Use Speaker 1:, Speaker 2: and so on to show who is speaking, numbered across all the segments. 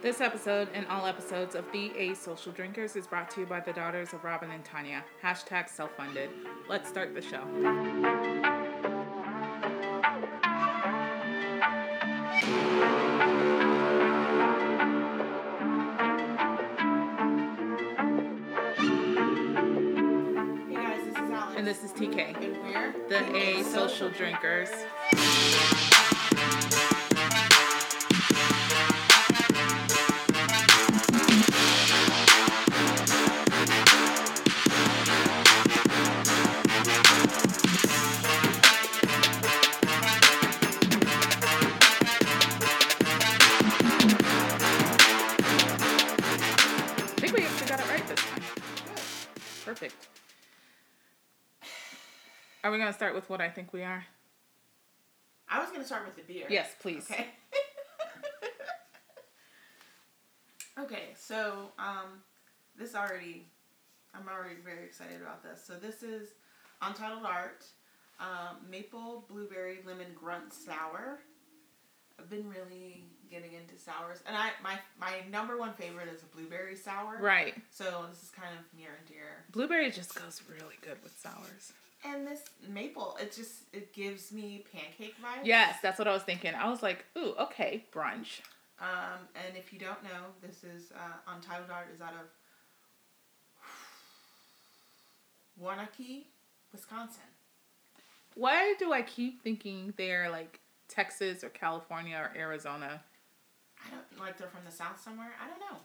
Speaker 1: This episode and all episodes of the A Social Drinkers is brought to you by the daughters of Robin and Tanya. Hashtag self funded. Let's start the show.
Speaker 2: Hey guys, this is Alex.
Speaker 1: And this is TK,
Speaker 2: and we're
Speaker 1: the A Social Drinkers. I think we actually got it right this time. Perfect. Are we going to start with what I think we are?
Speaker 2: I was gonna start with the beer.
Speaker 1: Yes, please.
Speaker 2: Okay. okay, so um, this already, I'm already very excited about this. So this is Untitled Art, um, maple blueberry lemon grunt sour. I've been really getting into sours, and I my my number one favorite is a blueberry sour.
Speaker 1: Right.
Speaker 2: So this is kind of near and dear.
Speaker 1: Blueberry just goes really good with sours.
Speaker 2: And this maple, it just it gives me pancake vibes.
Speaker 1: Yes, that's what I was thinking. I was like, ooh, okay, brunch.
Speaker 2: Um, and if you don't know, this is uh, Untitled Art is out of Wanakee, Wisconsin.
Speaker 1: Why do I keep thinking they're like Texas or California or Arizona?
Speaker 2: I don't like they're from the south somewhere. I don't know.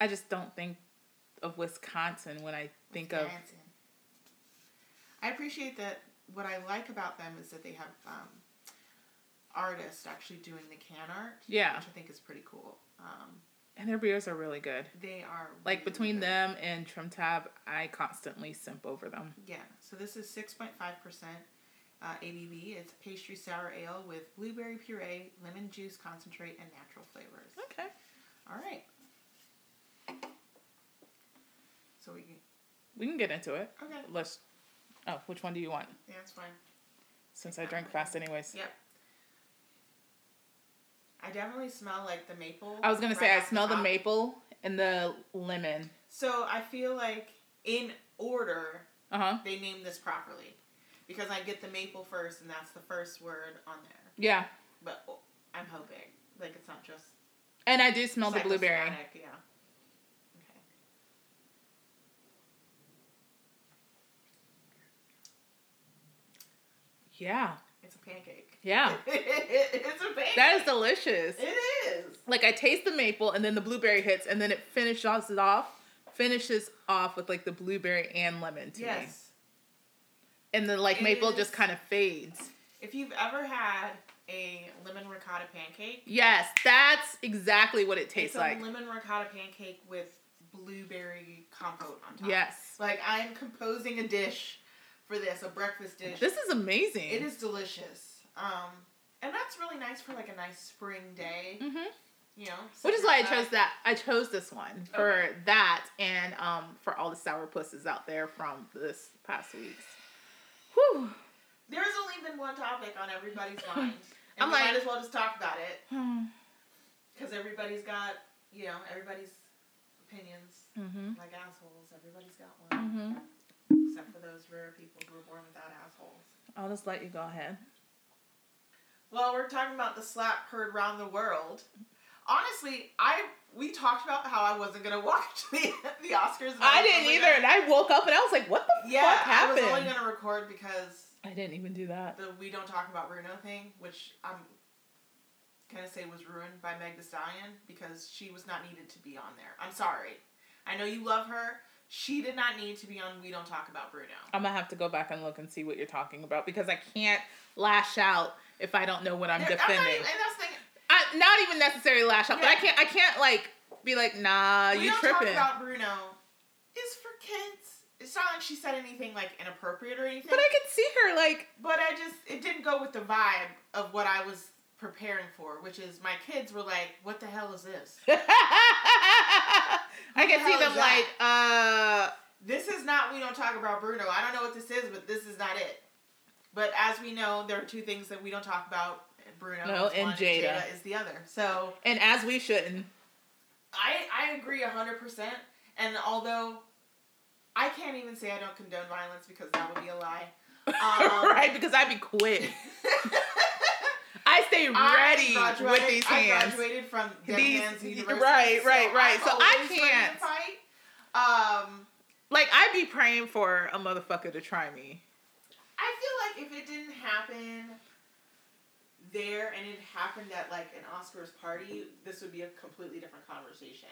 Speaker 1: I just don't think of Wisconsin when I think of
Speaker 2: Wisconsin. I appreciate that. What I like about them is that they have um, artists actually doing the can art,
Speaker 1: yeah.
Speaker 2: which I think is pretty cool. Um,
Speaker 1: And their beers are really good.
Speaker 2: they are
Speaker 1: Like
Speaker 2: really
Speaker 1: between
Speaker 2: good.
Speaker 1: them and Trim Tab, I constantly simp over them.
Speaker 2: Yeah, so this is 6.5% uh, ABV. It's pastry sour ale with blueberry puree, lemon juice concentrate, and natural flavors.
Speaker 1: Okay.
Speaker 2: All right. So we can.
Speaker 1: We can get into it.
Speaker 2: Okay,
Speaker 1: Let's Oh, which one do you want?
Speaker 2: yeah, that's fine.
Speaker 1: Since I drank fast anyways.
Speaker 2: Yep. I definitely smell like the maple.
Speaker 1: I was gonna say
Speaker 2: right
Speaker 1: I
Speaker 2: off
Speaker 1: smell the
Speaker 2: top.
Speaker 1: maple and the lemon.
Speaker 2: So I feel like in order
Speaker 1: Uh huh.
Speaker 2: they named this properly, because I get the maple first, and that's the first word on there.
Speaker 1: Yeah.
Speaker 2: But oh, I'm hoping like it's not just
Speaker 1: And I do smell the blueberry.
Speaker 2: Psychosomatic, Yeah. Okay.
Speaker 1: Yeah.
Speaker 2: It's a pancake.
Speaker 1: Yeah.
Speaker 2: it's a pancake.
Speaker 1: That is delicious.
Speaker 2: It is.
Speaker 1: Like I taste the maple and then the blueberry hits and then it finishes it off finishes off with like the blueberry and lemon to me.
Speaker 2: Yes.
Speaker 1: And then like
Speaker 2: It
Speaker 1: maple
Speaker 2: is-
Speaker 1: just kind of fades.
Speaker 2: If you've ever had a lemon ricotta pancake,
Speaker 1: Yes, that's exactly what it
Speaker 2: it's
Speaker 1: tastes
Speaker 2: a
Speaker 1: like.
Speaker 2: lemon ricotta pancake with blueberry compote on top.
Speaker 1: yes.
Speaker 2: Like I am composing a dish for this, a breakfast dish.
Speaker 1: This is amazing.
Speaker 2: it is delicious. Um, and that's really nice for like a nice spring day.
Speaker 1: Mhm.
Speaker 2: You know,
Speaker 1: Which is why I chose
Speaker 2: that.
Speaker 1: that. I chose this one for that and um for all the sour pusses out there from this past week's. Whew.
Speaker 2: There's only been one topic on everybody's mind. And
Speaker 1: I'm
Speaker 2: we
Speaker 1: like-
Speaker 2: might as well just talk about it
Speaker 1: Mm-hmm.
Speaker 2: because everybody's got, you know, everybody's opinions. Like assholes, everybody's got one.
Speaker 1: Mm-hmm.
Speaker 2: Except for those rare people who were born without assholes.
Speaker 1: I'll just let you go ahead.
Speaker 2: Well, we're talking about the slap heard round the world. Honestly, I we talked about how I wasn't gonna watch the, the Oscars. and
Speaker 1: I
Speaker 2: was
Speaker 1: didn't
Speaker 2: only
Speaker 1: either,
Speaker 2: gonna-
Speaker 1: and I woke up and I was like, "What the
Speaker 2: yeah,
Speaker 1: fuck
Speaker 2: I was
Speaker 1: happened?"
Speaker 2: only gonna record because
Speaker 1: I didn't even do that.
Speaker 2: the we don't talk about Bruno thing, which I'm gonna say was ruined by Meg Thee Stallion because she was not needed to be on there. I'm sorry. I know you love her. She did not need to be on We Don't Talk About Bruno.
Speaker 1: I'm gonna have to go back and look and see what you're talking about because I can't lash out if I don't know what I'm
Speaker 2: There- not
Speaker 1: defending. I- not,
Speaker 2: even-
Speaker 1: even,
Speaker 2: and that's the thing.
Speaker 1: necessarily lash out, but I
Speaker 2: Yeah.
Speaker 1: can't. I can't like be like, "Nah,
Speaker 2: we
Speaker 1: Uh, you
Speaker 2: Don't
Speaker 1: tripping."
Speaker 2: Talk About Bruno is for kids. It's not like she said anything like inappropriate or anything.
Speaker 1: but I could see her like,
Speaker 2: But I just it didn't go with the vibe of what I was preparing for, which is my kids were like, "What the hell is this?
Speaker 1: I could
Speaker 2: the
Speaker 1: see
Speaker 2: hell
Speaker 1: them
Speaker 2: is that?
Speaker 1: like, uh,
Speaker 2: This is not We Don't Talk About Bruno. I don't know what this is, but this is not it." But as we know, there are two things that we don't talk about, and Bruno.
Speaker 1: No,
Speaker 2: is
Speaker 1: and
Speaker 2: one,
Speaker 1: Jada.
Speaker 2: Jada is the other. So
Speaker 1: And as we shouldn't.
Speaker 2: I I agree hundred percent. And although I can't even say I don't condone violence because that would be a lie. Um,
Speaker 1: right? Because I'd be quick. I stay ready
Speaker 2: I
Speaker 1: with
Speaker 2: graduated-
Speaker 1: these
Speaker 2: I
Speaker 1: hands.
Speaker 2: graduated from Dead
Speaker 1: These-
Speaker 2: Man's
Speaker 1: y-
Speaker 2: University,
Speaker 1: right, right, right.
Speaker 2: I'm
Speaker 1: So I
Speaker 2: always ready to
Speaker 1: can't.
Speaker 2: fight. Um,
Speaker 1: Like I'd be praying for a motherfucker to try me.
Speaker 2: I feel like if it didn't happen there and it happened at like an Oscars party, this would be a completely different conversation.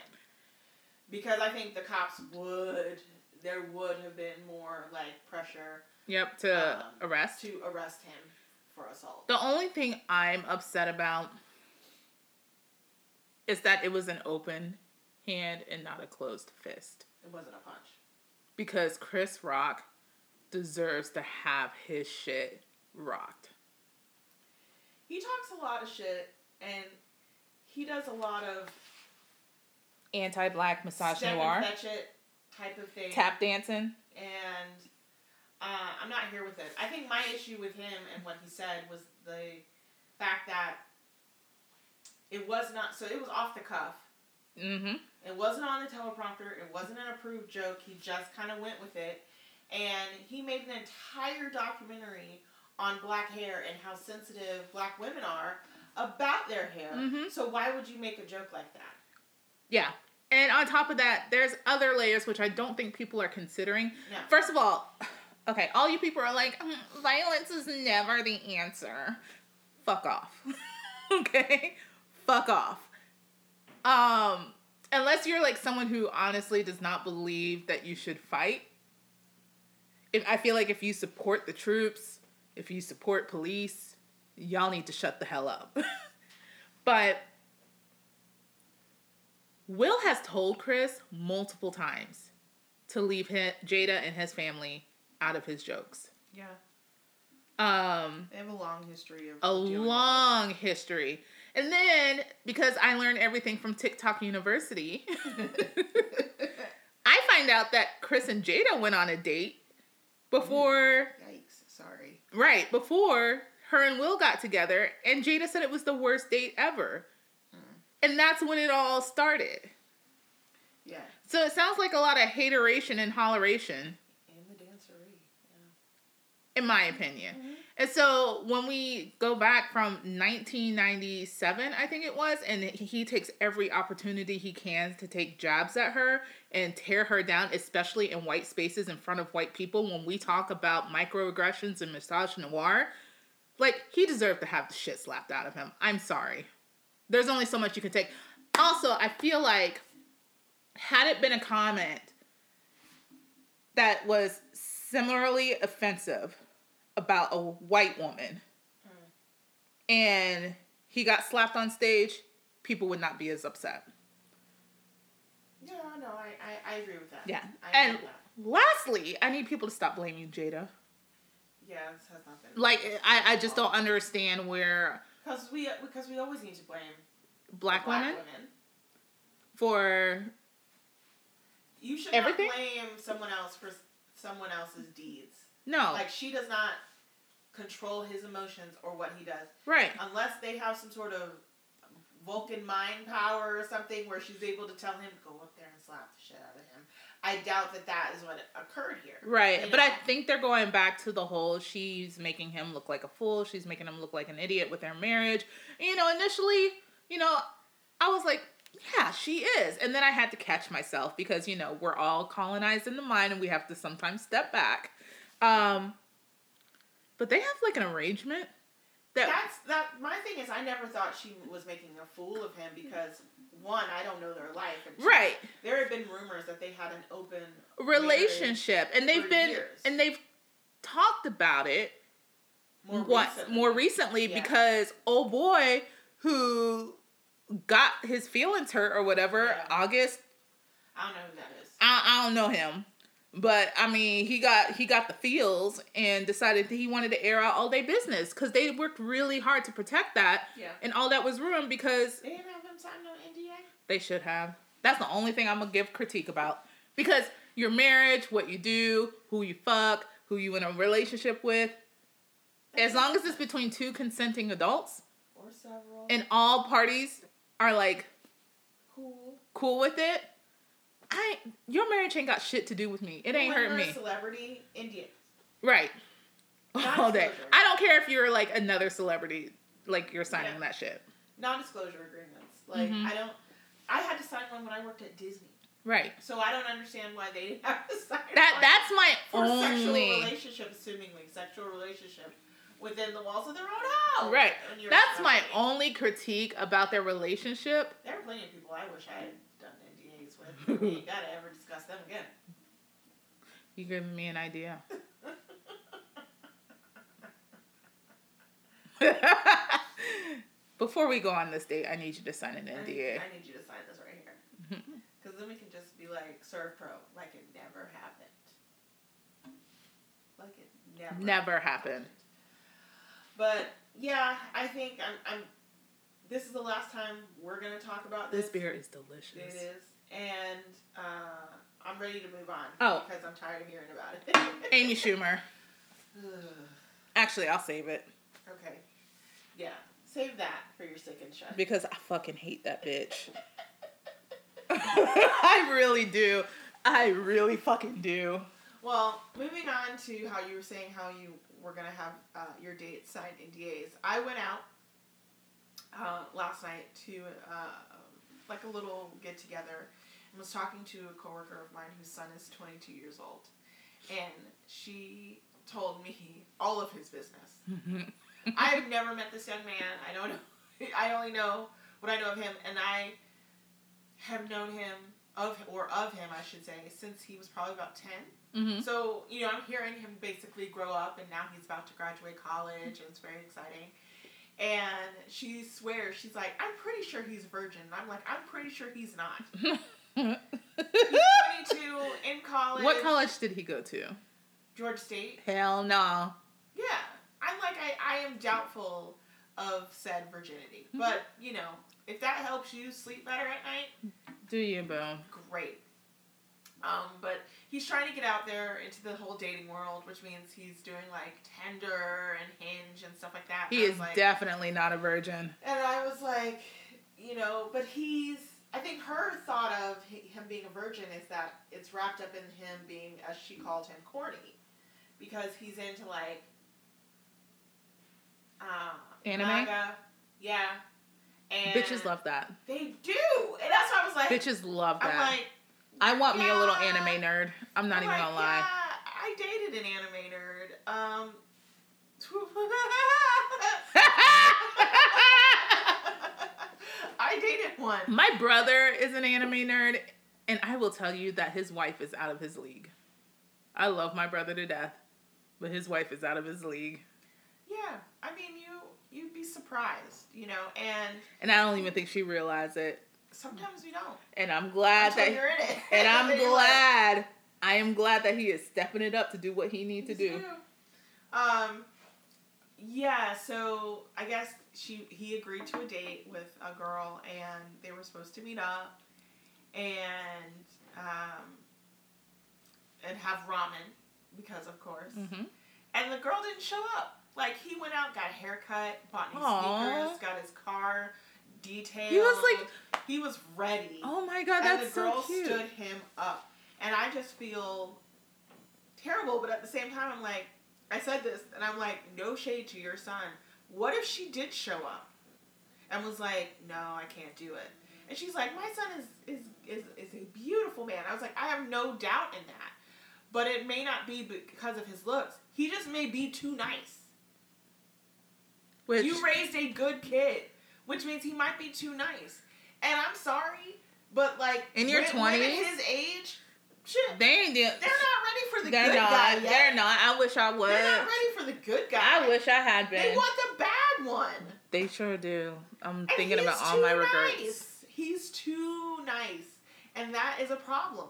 Speaker 2: Because I think the cops would there would have been more like pressure
Speaker 1: Yep, to
Speaker 2: Um,
Speaker 1: arrest.
Speaker 2: to arrest him for assault.
Speaker 1: The only thing I'm upset about is that it was an open hand and not a closed fist.
Speaker 2: It wasn't a punch.
Speaker 1: Because Chris Rock deserves to have his shit rocked.
Speaker 2: He talks a lot of shit and he does a lot of
Speaker 1: Anti black massage
Speaker 2: step and
Speaker 1: noir,
Speaker 2: fetch it type of thing.
Speaker 1: tap dancing.
Speaker 2: and uh, I'm not here with it. I think my issue with him and what he said was the fact that it was not so it was off the cuff.
Speaker 1: Mm-hmm.
Speaker 2: It wasn't on the teleprompter. It wasn't an approved joke. He just kind of went with it, and he made an entire documentary on black hair and how sensitive black women are about their hair.
Speaker 1: Mhm.
Speaker 2: So why would you make a joke like that?
Speaker 1: Yeah. And on top of that, there's other layers which I don't think people are considering.
Speaker 2: No.
Speaker 1: First of all, okay, all you people are like, "Mm, violence is never the answer. Fuck off. okay? Fuck off. Um, unless you're like someone who honestly does not believe that you should fight. If I feel like if you support the troops, if you support police, y'all need to shut the hell up. but Will has told Chris multiple times to leave hi Jada and his family out of his jokes.
Speaker 2: Yeah,
Speaker 1: Um,
Speaker 2: they have a long history of
Speaker 1: a long history. And then, because I learned everything from TikTok University, I find out that Chris and Jada went on a date before,
Speaker 2: Yikes! Sorry.
Speaker 1: right, before her and Will got together. And Jada said it was the worst date ever. And that's when it all started.
Speaker 2: Yeah.
Speaker 1: So it sounds like a lot of hateration and holleration.
Speaker 2: And the dancery.
Speaker 1: in my opinion. And so when we go back from 1997, I think it was, and he takes every opportunity he can to take jabs at her and tear her down, especially in white spaces in front of white people. When we talk about microaggressions and massage noir, like he deserved to have the shit slapped out of him. I'm sorry. There's only so much you can take. Also, I feel like had it been a comment that was similarly offensive about a white woman Hmm. and he got slapped on stage, people would not be as upset.
Speaker 2: Yeah, no, I, I, I agree with that.
Speaker 1: Yeah.
Speaker 2: I agree
Speaker 1: And
Speaker 2: with that.
Speaker 1: lastly, I need people to stop blaming Jada.
Speaker 2: Yeah, this has nothing.
Speaker 1: Like, I, I just don't understand where
Speaker 2: because we because we always need to blame
Speaker 1: black,
Speaker 2: black
Speaker 1: women for.
Speaker 2: You should
Speaker 1: Everything?
Speaker 2: not blame someone else for s- someone else's deeds.
Speaker 1: No,
Speaker 2: Like she does not control his emotions or what he does,
Speaker 1: right.
Speaker 2: unless they have some sort of Vulcan mind power or something where she's able to tell him go up there and slap the shit out of him. I doubt that that is what occurred here.
Speaker 1: Right.
Speaker 2: You
Speaker 1: But I
Speaker 2: know?
Speaker 1: think they're going back to the whole she's making him look like a fool, she's making him look like an idiot with their marriage. You know, initially, you know, I was like, yeah, she is. And then I had to catch myself because, you know, we're all colonized in the mind and we have to sometimes step back. Um but they have like an arrangement that
Speaker 2: That's that. My thing is, I never thought she was making a fool of him because one, I don't know their life. And two,
Speaker 1: right
Speaker 2: There have been rumors that they had an open
Speaker 1: relationship and they've
Speaker 2: for
Speaker 1: been
Speaker 2: years.
Speaker 1: and they've talked about it
Speaker 2: marriage more
Speaker 1: once
Speaker 2: recently.
Speaker 1: more recently
Speaker 2: Yeah.
Speaker 1: because old boy who got his feelings hurt or whatever
Speaker 2: Yeah.
Speaker 1: august
Speaker 2: I don't know who that is.
Speaker 1: I, I don't know him but i mean he got he got the feels and decided that he wanted to air out all their business because they worked really hard to protect that
Speaker 2: Yeah.
Speaker 1: and all that was ruined because
Speaker 2: They didn't have him sign no NDA.
Speaker 1: they should have that's the only thing i'm gonna give critique about because your marriage what you do who you fuck who you in a relationship with as long as it's between two consenting adults
Speaker 2: Or or several.
Speaker 1: and all parties are like
Speaker 2: cool.
Speaker 1: cool with it, I your marriage ain't got shit to do with me. It ain't
Speaker 2: When
Speaker 1: hurt
Speaker 2: you're a
Speaker 1: me.
Speaker 2: celebrity Indian.
Speaker 1: Right.
Speaker 2: Not
Speaker 1: All day.
Speaker 2: disclosure.
Speaker 1: I don't care if you're like another celebrity, like you're signing
Speaker 2: Yeah.
Speaker 1: that shit.
Speaker 2: Non-disclosure agreements. Like
Speaker 1: Mhm.
Speaker 2: I don't. I had to sign one when I worked at Disney,
Speaker 1: Right.
Speaker 2: so I don't understand why they didn't have to sign. one.
Speaker 1: That that's my
Speaker 2: for sexual
Speaker 1: only
Speaker 2: relationship, assumingly sexual relationship within the walls of their own house.
Speaker 1: Right.
Speaker 2: When you're
Speaker 1: that's my
Speaker 2: celebrating.
Speaker 1: only critique about their relationship.
Speaker 2: There are plenty of people I wish I had done NDAs with. We ain't gotta ever discuss them again.
Speaker 1: You giving me an idea. Before we go on this date, I need you to sign an
Speaker 2: I-
Speaker 1: NDA.
Speaker 2: I need you to sign this right here.
Speaker 1: Mm-hmm.
Speaker 2: Because then we can just be like, serve pro, like it never happened. Like it never.
Speaker 1: Never happened.
Speaker 2: But yeah, I think I'm. I'm this is the last time we're gonna talk about this.
Speaker 1: This beer is
Speaker 2: It
Speaker 1: delicious.
Speaker 2: is, and uh, I'm ready to move on.
Speaker 1: Oh.
Speaker 2: Because I'm tired of hearing about it.
Speaker 1: Amy Schumer.
Speaker 2: okay.
Speaker 1: Actually, I'll save it
Speaker 2: Yeah. Save that for your sick and shut.
Speaker 1: because I fucking hate that bitch. I really do. I really fucking do.
Speaker 2: Well, moving on to how you were saying how you were gonna have uh, your date signed NDAs. I went out uh, last night to uh, like a little get together and was talking to a coworker of mine whose son is 22 years old, and she told me all of his business. I have never met this young man. I don't know. I only know what I know of him, and I have known him of or of him, I should say, since he was probably about 10.
Speaker 1: hmm
Speaker 2: So, you know, I'm hearing him basically grow up and now he's about to graduate college and it's very exciting. And she swears, she's like, I'm pretty sure he's a virgin. And I'm like, I'm pretty sure he's not. He's 22 in college.
Speaker 1: Mm-hmm. what college did he go to?
Speaker 2: Georgia State.
Speaker 1: Hell no.
Speaker 2: Yeah. I'm like, I, I am doubtful of said virginity. But, you know, if that helps you sleep better at night,
Speaker 1: Do you, boo?
Speaker 2: great. Um, but he's trying to get out there into the whole dating world, which means he's doing like Tinder and Hinge and stuff like that.
Speaker 1: He
Speaker 2: And I
Speaker 1: is
Speaker 2: was like,
Speaker 1: definitely not a virgin.
Speaker 2: And I was like, you know, but he's. I think her thought of hi- him being a virgin is that it's wrapped up in him being, as she called him, corny, because he's into like. Uh,
Speaker 1: Anime?
Speaker 2: manga. yeah, and
Speaker 1: Bitches love that.
Speaker 2: They do, and that's why I was like,
Speaker 1: Bitches love
Speaker 2: I'm
Speaker 1: that.
Speaker 2: like.
Speaker 1: I want me a little
Speaker 2: yeah.
Speaker 1: anime nerd. I'm not
Speaker 2: I'm
Speaker 1: even
Speaker 2: like,
Speaker 1: gonna lie.
Speaker 2: Yeah, Oh I dated an anime nerd. Um, I dated one.
Speaker 1: My brother is an anime nerd, and I will tell you that his wife is out of his league. I love my brother to death, but his wife is out of his league.
Speaker 2: Yeah, I mean, you you'd be surprised, you know. And
Speaker 1: And I don't even think she realized it.
Speaker 2: sometimes you don't.
Speaker 1: And I'm glad
Speaker 2: until
Speaker 1: that
Speaker 2: you're in it.
Speaker 1: and I'm
Speaker 2: you're like,
Speaker 1: glad. I am glad that he is stepping it up to do what he needs to
Speaker 2: Yes,
Speaker 1: do.
Speaker 2: do. Um, yeah. So I guess she he agreed to a date with a girl, and they were supposed to meet up, and um, and have ramen because of course.
Speaker 1: hmm
Speaker 2: And the girl didn't show up. Like he went out, got a haircut, bought new
Speaker 1: Aw.
Speaker 2: sneakers, got his car detailed.
Speaker 1: He was like-
Speaker 2: he was ready
Speaker 1: Oh my god,
Speaker 2: and
Speaker 1: that's
Speaker 2: the
Speaker 1: so
Speaker 2: girl
Speaker 1: cute.
Speaker 2: stood him up. And I just feel terrible, but at the same time, I'm like, I said this, and I'm like, no shade to your son. What if she did show up and was like, no, I can't do it? And she's like, my son is is is, is a beautiful man. I was like, I have no doubt in that, but it may not be because of his looks. He just may be too nice.
Speaker 1: Which
Speaker 2: You raised a good kid, which means he might be too nice. And I'm sorry, but like
Speaker 1: In your
Speaker 2: wo- women
Speaker 1: 20s?
Speaker 2: his age, shit,
Speaker 1: they ain't. the-
Speaker 2: they're not ready for the
Speaker 1: They're
Speaker 2: good
Speaker 1: not.
Speaker 2: guy yet.
Speaker 1: They're not. I wish I was.
Speaker 2: They're not ready for the good guy.
Speaker 1: I wish I had been.
Speaker 2: They want the bad one.
Speaker 1: They sure do. I'm
Speaker 2: And
Speaker 1: thinking about
Speaker 2: he's
Speaker 1: all
Speaker 2: too
Speaker 1: my regrets.
Speaker 2: nice. He's too nice, and that is a problem.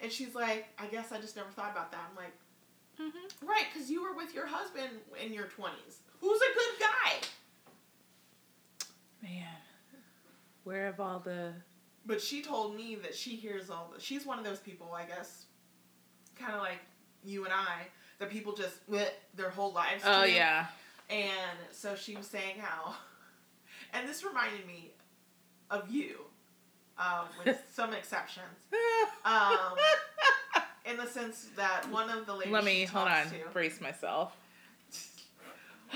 Speaker 2: And she's like, I guess I just never thought about that. I'm like,
Speaker 1: Mhm.
Speaker 2: right, because you were with your husband in your 20s. Who's a good guy?
Speaker 1: Man, where have all the?
Speaker 2: But she told me that she hears all the, she's one of those people, I guess, kind of like you and I, that people just bleh, their whole lives.
Speaker 1: Oh
Speaker 2: to.
Speaker 1: yeah.
Speaker 2: And so she was saying how And this reminded me of you, um, with some exceptions. Um, in the sense that one of the ladies
Speaker 1: Let
Speaker 2: she
Speaker 1: me hold on,
Speaker 2: talks to,
Speaker 1: brace myself.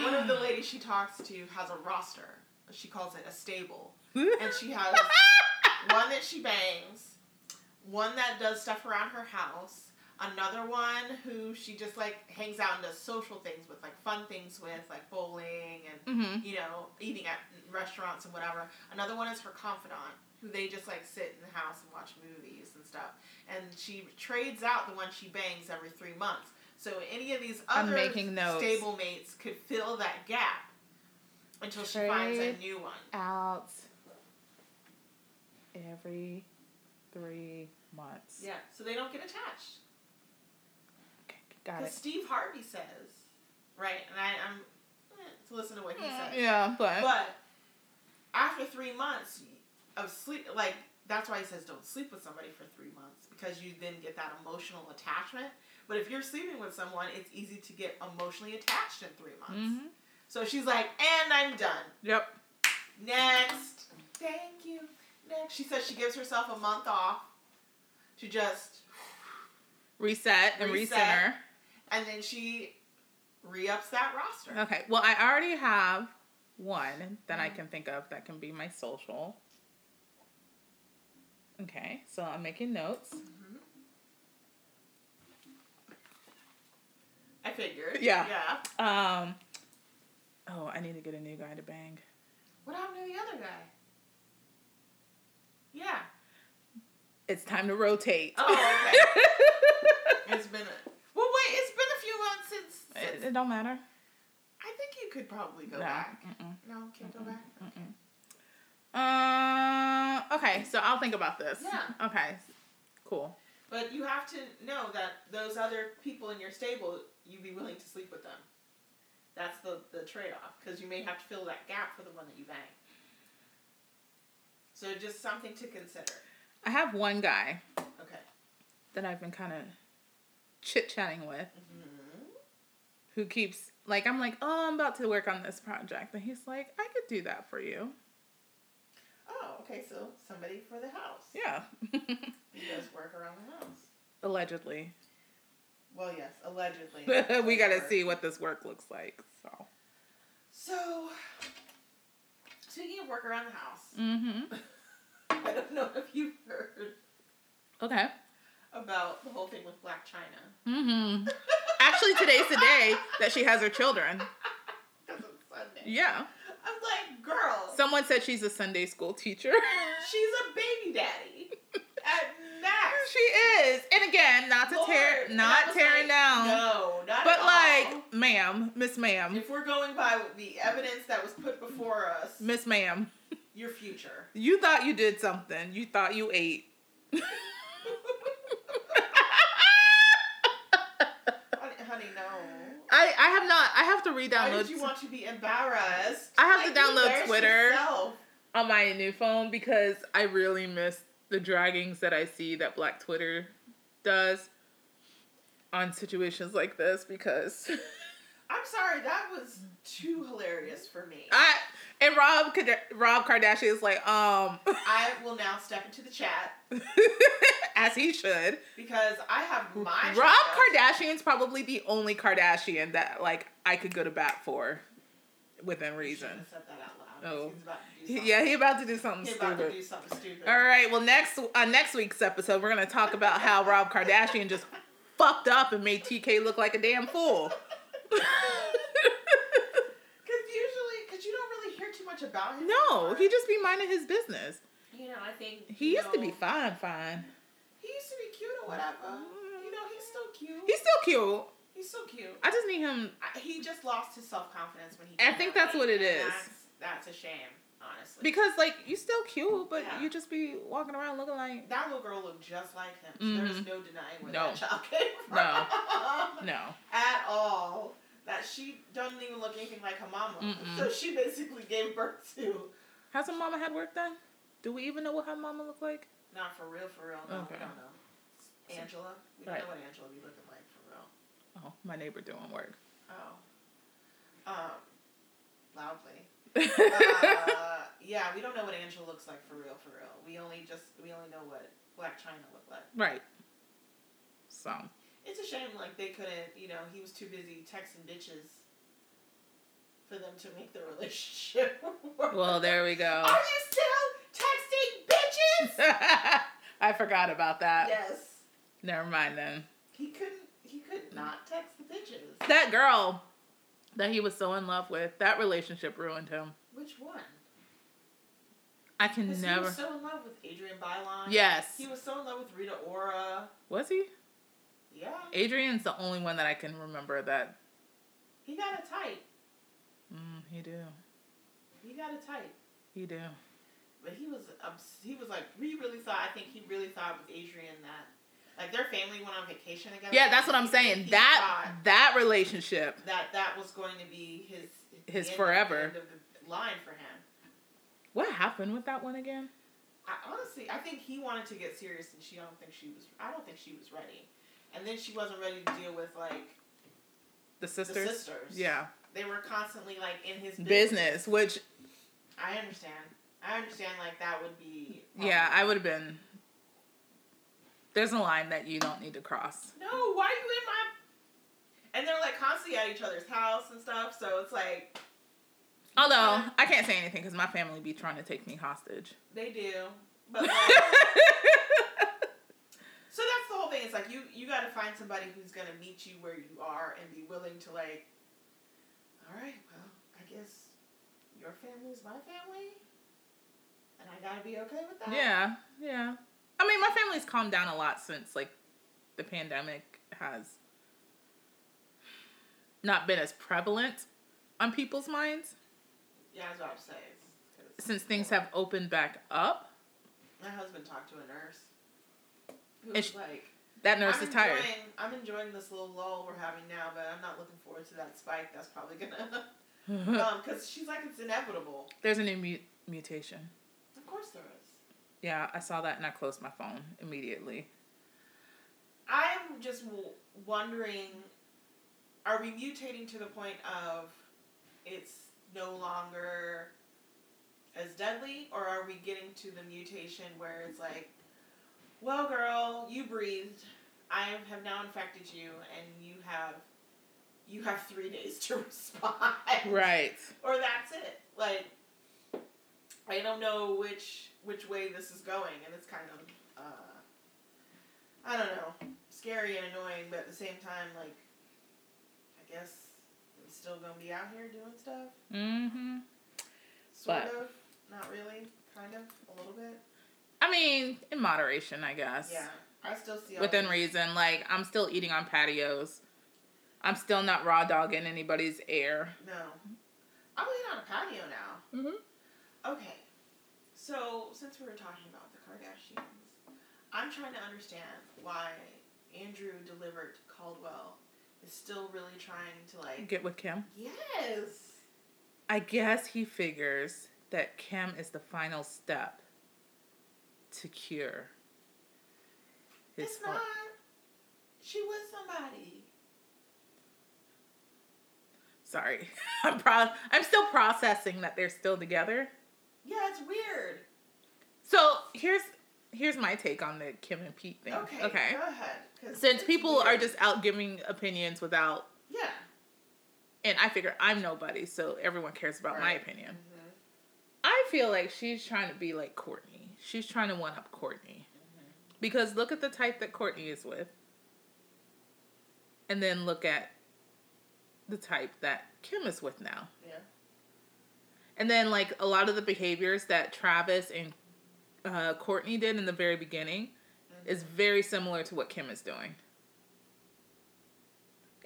Speaker 2: one of the ladies she talks to has a roster. She calls it a stable, and she has one that she bangs, one that does stuff around her house, another one who she just like hangs out and does social things with, like fun things with, like bowling and
Speaker 1: Mhm.
Speaker 2: you know, eating at restaurants and whatever. Another one is her confidant, who they just like sit in the house and watch movies and stuff. And she trades out the one she bangs every three months. So any of these
Speaker 1: I'm
Speaker 2: other
Speaker 1: making notes.
Speaker 2: stable mates could fill that gap until she finds a
Speaker 1: Trade.
Speaker 2: new one.
Speaker 1: Out every three months.
Speaker 2: Yeah, so they don't get attached.
Speaker 1: Okay, got
Speaker 2: Because
Speaker 1: it.
Speaker 2: Steve Harvey says, right? And I, I'm eh, to listen to what he says.
Speaker 1: Mm, Yeah, but,
Speaker 2: But after three months of sleep, like that's why he says don't sleep with somebody for three months because you then get that emotional attachment. But if you're sleeping with someone, it's easy to get emotionally attached in three months.
Speaker 1: Mhm.
Speaker 2: So she's like, and I'm done.
Speaker 1: yep.
Speaker 2: Next. Thank you. Next. She says she gives herself a month off to just,
Speaker 1: Reset and
Speaker 2: Reset.
Speaker 1: recenter.
Speaker 2: and then she re ups that roster.
Speaker 1: Okay. Well, I already have one that I can think of that can be my social. Okay, so I'm making notes.
Speaker 2: Mm-hmm. I figured.
Speaker 1: Yeah.
Speaker 2: Yeah.
Speaker 1: Um, oh, I need to get a new guy to bang.
Speaker 2: What happened to the other guy? Yeah.
Speaker 1: It's time to rotate.
Speaker 2: Oh, okay. It's been a well, wait. It's been a few months since.
Speaker 1: it,
Speaker 2: since-
Speaker 1: it don't matter.
Speaker 2: I think you could probably go
Speaker 1: No.
Speaker 2: back.
Speaker 1: Mm-mm.
Speaker 2: No, can't go back.
Speaker 1: Uh, okay, so I'll think about this.
Speaker 2: Yeah.
Speaker 1: Okay, cool.
Speaker 2: But you have to know that those other people in your stable, you'd be willing to sleep with them. That's the the trade off because you may have to fill that gap for the one that you bang. So just something to consider.
Speaker 1: I have one guy
Speaker 2: Okay.
Speaker 1: that I've been kind of chit chatting with Mm-hmm. who keeps, like, I'm like, oh, I'm about to work on this project. And he's like, I could do that for you.
Speaker 2: Oh, okay. So somebody for the house.
Speaker 1: Yeah.
Speaker 2: You guys work around the house.
Speaker 1: Allegedly.
Speaker 2: Well, yes, allegedly.
Speaker 1: we got to see what this work looks like. So,
Speaker 2: So, speaking of work around the house,
Speaker 1: mm-hmm. Mm.
Speaker 2: I don't know if you've heard
Speaker 1: okay.
Speaker 2: about the whole thing with Black China.
Speaker 1: Mm-hmm. Actually, today's the day that she has her children.
Speaker 2: Because it's Sunday.
Speaker 1: Yeah.
Speaker 2: I'm like, girl,
Speaker 1: Someone said she's a Sunday school teacher.
Speaker 2: she's a baby daddy at max.
Speaker 1: she is. And again, not to tear,
Speaker 2: Lord. And I
Speaker 1: not
Speaker 2: was
Speaker 1: tearing
Speaker 2: like,
Speaker 1: down,
Speaker 2: No, not
Speaker 1: but
Speaker 2: at all.
Speaker 1: like, ma'am, Miss Ma'am,
Speaker 2: If we're going by the evidence that was put before us,
Speaker 1: Miss Ma'am,
Speaker 2: your future.
Speaker 1: you thought you did something. You thought you ate.
Speaker 2: honey, honey, no.
Speaker 1: I, I have not. I have to
Speaker 2: Why did
Speaker 1: re-download
Speaker 2: you want to be embarrassed?
Speaker 1: I have to
Speaker 2: you
Speaker 1: download
Speaker 2: embarrass
Speaker 1: Twitter.
Speaker 2: yourself.
Speaker 1: on my new phone because I really miss the draggings that I see that Black Twitter does on situations like this because
Speaker 2: I'm sorry, that was too hilarious for me.
Speaker 1: I and Rob Kad- Rob Kardashian is like um
Speaker 2: I will now step into the chat
Speaker 1: as he should.
Speaker 2: because I have my
Speaker 1: Rob
Speaker 2: child.
Speaker 1: Kardashian's probably the only Kardashian that like I could go to bat for within reason.
Speaker 2: Shouldn't have said that out loud.
Speaker 1: Oh.
Speaker 2: He's about to
Speaker 1: He-
Speaker 2: do something.
Speaker 1: yeah, he about to do something
Speaker 2: He's
Speaker 1: stupid.
Speaker 2: about to do something stupid.
Speaker 1: All right. Well, next uh, next week's episode, we're gonna talk about how Rob Kardashian just fucked up and made TK look like a damn fool.
Speaker 2: Because usually, because you don't really hear too much about him.
Speaker 1: no,
Speaker 2: anymore.
Speaker 1: he just be minding his business.
Speaker 2: You know, I think
Speaker 1: He
Speaker 2: you
Speaker 1: used to
Speaker 2: know,
Speaker 1: be fine, fine.
Speaker 2: He used to be cute or whatever. You know, he's still cute.
Speaker 1: He's still cute.
Speaker 2: he's so cute.
Speaker 1: I just need him.
Speaker 2: I, he just lost his self confidence when he.
Speaker 1: I
Speaker 2: got
Speaker 1: think
Speaker 2: married,
Speaker 1: that's what it
Speaker 2: and
Speaker 1: is.
Speaker 2: That's, that's a shame, honestly.
Speaker 1: Because like you still cute, but
Speaker 2: Yeah.
Speaker 1: you just be walking around looking like
Speaker 2: that little girl looked just like him. So There's
Speaker 1: Mhm.
Speaker 2: no denying where
Speaker 1: No.
Speaker 2: that child came from.
Speaker 1: No. no.
Speaker 2: at all. That she doesn't even look anything like her mama.
Speaker 1: Mm-mm.
Speaker 2: So she basically gave birth to
Speaker 1: Has her mama had work done? Do we even know what her mama looked like?
Speaker 2: not for real, for real. No,
Speaker 1: Okay.
Speaker 2: we don't know. Angela, we don't
Speaker 1: Right.
Speaker 2: know what Angela be looking like for real.
Speaker 1: Oh, my neighbor doing work.
Speaker 2: Oh, um, loudly. uh, yeah, we don't know what Angela looks like for real, for real. We only just we only know what Black China looked like.
Speaker 1: right. So
Speaker 2: It's a shame like they couldn't, you know, he was too busy texting bitches for them to make the relationship work.
Speaker 1: well, there we go.
Speaker 2: Are you still texting bitches?
Speaker 1: I forgot about that.
Speaker 2: yes.
Speaker 1: Never mind then.
Speaker 2: He couldn't he could not text the bitches.
Speaker 1: That girl that he was so in love with, that relationship ruined him.
Speaker 2: Which one?
Speaker 1: I can
Speaker 2: Because he
Speaker 1: never.
Speaker 2: was so in love with Adrian Bylon.
Speaker 1: yes.
Speaker 2: He was so in love with Rita Ora.
Speaker 1: was he?
Speaker 2: Yeah.
Speaker 1: Adrian's the only one that I can remember that.
Speaker 2: He got a type.
Speaker 1: Mm, he do.
Speaker 2: He got a type.
Speaker 1: He do.
Speaker 2: But he was obs- he was like he really thought I think he really thought with Adrian that like their family went on vacation together.
Speaker 1: Yeah, that's what I'm
Speaker 2: He-
Speaker 1: saying.
Speaker 2: he
Speaker 1: That
Speaker 2: thought
Speaker 1: that relationship.
Speaker 2: that that was going to be his
Speaker 1: His
Speaker 2: the end-
Speaker 1: forever.
Speaker 2: end of the line for him.
Speaker 1: What happened with that one again?
Speaker 2: I honestly I think he wanted to get serious and she I don't think she was I don't think she was ready. And then she wasn't ready to deal with like
Speaker 1: The sisters.
Speaker 2: the sisters.
Speaker 1: Yeah.
Speaker 2: They were constantly like in his
Speaker 1: Business, which
Speaker 2: I understand. I understand like that would be
Speaker 1: yeah, I would have been. There's a line that you don't need to cross.
Speaker 2: no, why are you in my? And they're like constantly at each other's house and stuff, so it's like
Speaker 1: Although I can't say anything because my family be trying to take me hostage.
Speaker 2: they do. But like, so that's the whole thing. It's like you you got to find somebody who's gonna meet you where you are and be willing to like. All right, well, I guess your family's my family, and I gotta be okay with that.
Speaker 1: yeah, yeah. I mean, my family's calmed down a lot since like the pandemic has not been as prevalent on people's minds
Speaker 2: Yeah, that's what I'm saying.
Speaker 1: since things have opened back up.
Speaker 2: My husband talked to a nurse. Who
Speaker 1: And
Speaker 2: was
Speaker 1: she-
Speaker 2: like,
Speaker 1: That nurse
Speaker 2: I'm
Speaker 1: is tired.
Speaker 2: enjoying- I'm enjoying this little lull we're having now, but I'm not looking forward to that spike. That's probably gonna,
Speaker 1: Mm.
Speaker 2: um, because she's like it's inevitable.
Speaker 1: There's a new mu- mutation.
Speaker 2: Of course there is.
Speaker 1: Yeah, I saw that and I closed my phone immediately.
Speaker 2: I'm just w- wondering, are we mutating to the point of it's no longer as deadly, or are we getting to the mutation where it's like, well, girl, you breathed, I have now infected you, and you have, you have three days to respond,
Speaker 1: Right.
Speaker 2: Or that's it. Like, I don't know which which way this is going, and it's kind of, uh, I don't know, scary and annoying, but at the same time, like, I guess I'm still gonna be out here doing stuff.
Speaker 1: hmm
Speaker 2: Sort
Speaker 1: But-
Speaker 2: of, not really, kind of, a little bit.
Speaker 1: I mean, in moderation, I guess.
Speaker 2: Yeah, I still see all
Speaker 1: Within
Speaker 2: these-
Speaker 1: reason. Like, I'm still eating on patios. I'm still not raw dogging anybody's air.
Speaker 2: No, I'm laying on a patio now.
Speaker 1: Mm-hmm.
Speaker 2: Okay, so since we were talking about the Kardashians, I'm trying to understand why Andrew delivered Caldwell is still really trying to like.
Speaker 1: Get with Kim.
Speaker 2: Yes.
Speaker 1: I guess he figures that Kim is the final step to cure his
Speaker 2: It's
Speaker 1: whole-
Speaker 2: not. She was somebody.
Speaker 1: Sorry. I'm pro- I'm still processing that they're still together.
Speaker 2: Yeah, it's weird.
Speaker 1: So here's here's my take on the Kim and Pete thing.
Speaker 2: Okay. Go ahead. 'cause
Speaker 1: Since
Speaker 2: it's
Speaker 1: people are
Speaker 2: weird.
Speaker 1: just out giving opinions without,
Speaker 2: yeah.
Speaker 1: and I figure I'm nobody, so everyone cares about my
Speaker 2: Right.
Speaker 1: opinion.
Speaker 2: Mm-hmm,
Speaker 1: I feel like she's trying to be like Courtney. She's trying to one up Courtney. Because look at the type that Courtney is with. And then look at the type that Kim is with now.
Speaker 2: Yeah.
Speaker 1: And then, like, a lot of the behaviors that Travis and uh, Courtney did in the very beginning is very similar to what Kim is doing.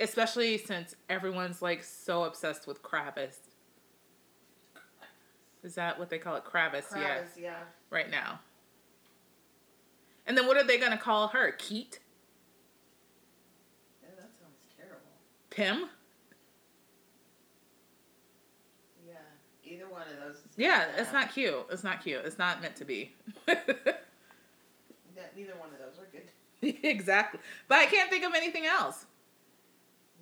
Speaker 1: Especially since everyone's, like, so obsessed with Kravis. Is that what they call it? Kravis, yeah,
Speaker 2: Kravis, yeah.
Speaker 1: right now. And then what are they going to call her? Keat?
Speaker 2: Yeah, that sounds terrible.
Speaker 1: Pim?
Speaker 2: Yeah. Either one of those. is
Speaker 1: Yeah,
Speaker 2: bad.
Speaker 1: it's not cute. It's not cute. It's not meant to be.
Speaker 2: Ne- neither one of those are good.
Speaker 1: exactly. But I can't think of anything else.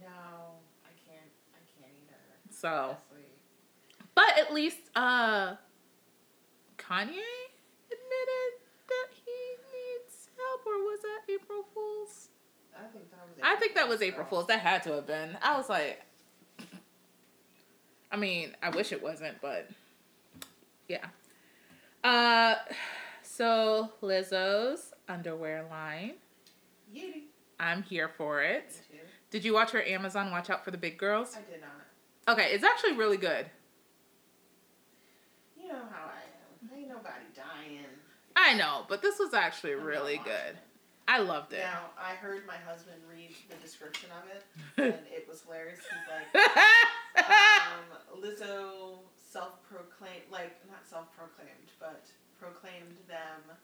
Speaker 2: No, I can't. I can't either.
Speaker 1: So.
Speaker 2: honestly.
Speaker 1: But at least uh Kanye admitted that he needs help, or was that April Fool's?
Speaker 2: I think that was.
Speaker 1: I think that was April Fool's. That had to have been. I was like, I mean, I wish it wasn't, but yeah. Uh, so Lizzo's underwear line.
Speaker 2: Yeti.
Speaker 1: I'm here for
Speaker 2: Me
Speaker 1: it.
Speaker 2: too.
Speaker 1: Did you watch her Amazon Watch Out for the Big Girls?
Speaker 2: I did not.
Speaker 1: Okay, it's actually really good.
Speaker 2: You know how I am. Ain't nobody dying.
Speaker 1: I know, but this was actually
Speaker 2: I'm not
Speaker 1: really
Speaker 2: watching
Speaker 1: good.
Speaker 2: it.
Speaker 1: I loved it.
Speaker 2: Now I heard my husband read the description of it, and it was hilarious. He's like. Uh, um, Lizzo self-proclaimed, like not self-proclaimed, but proclaimed them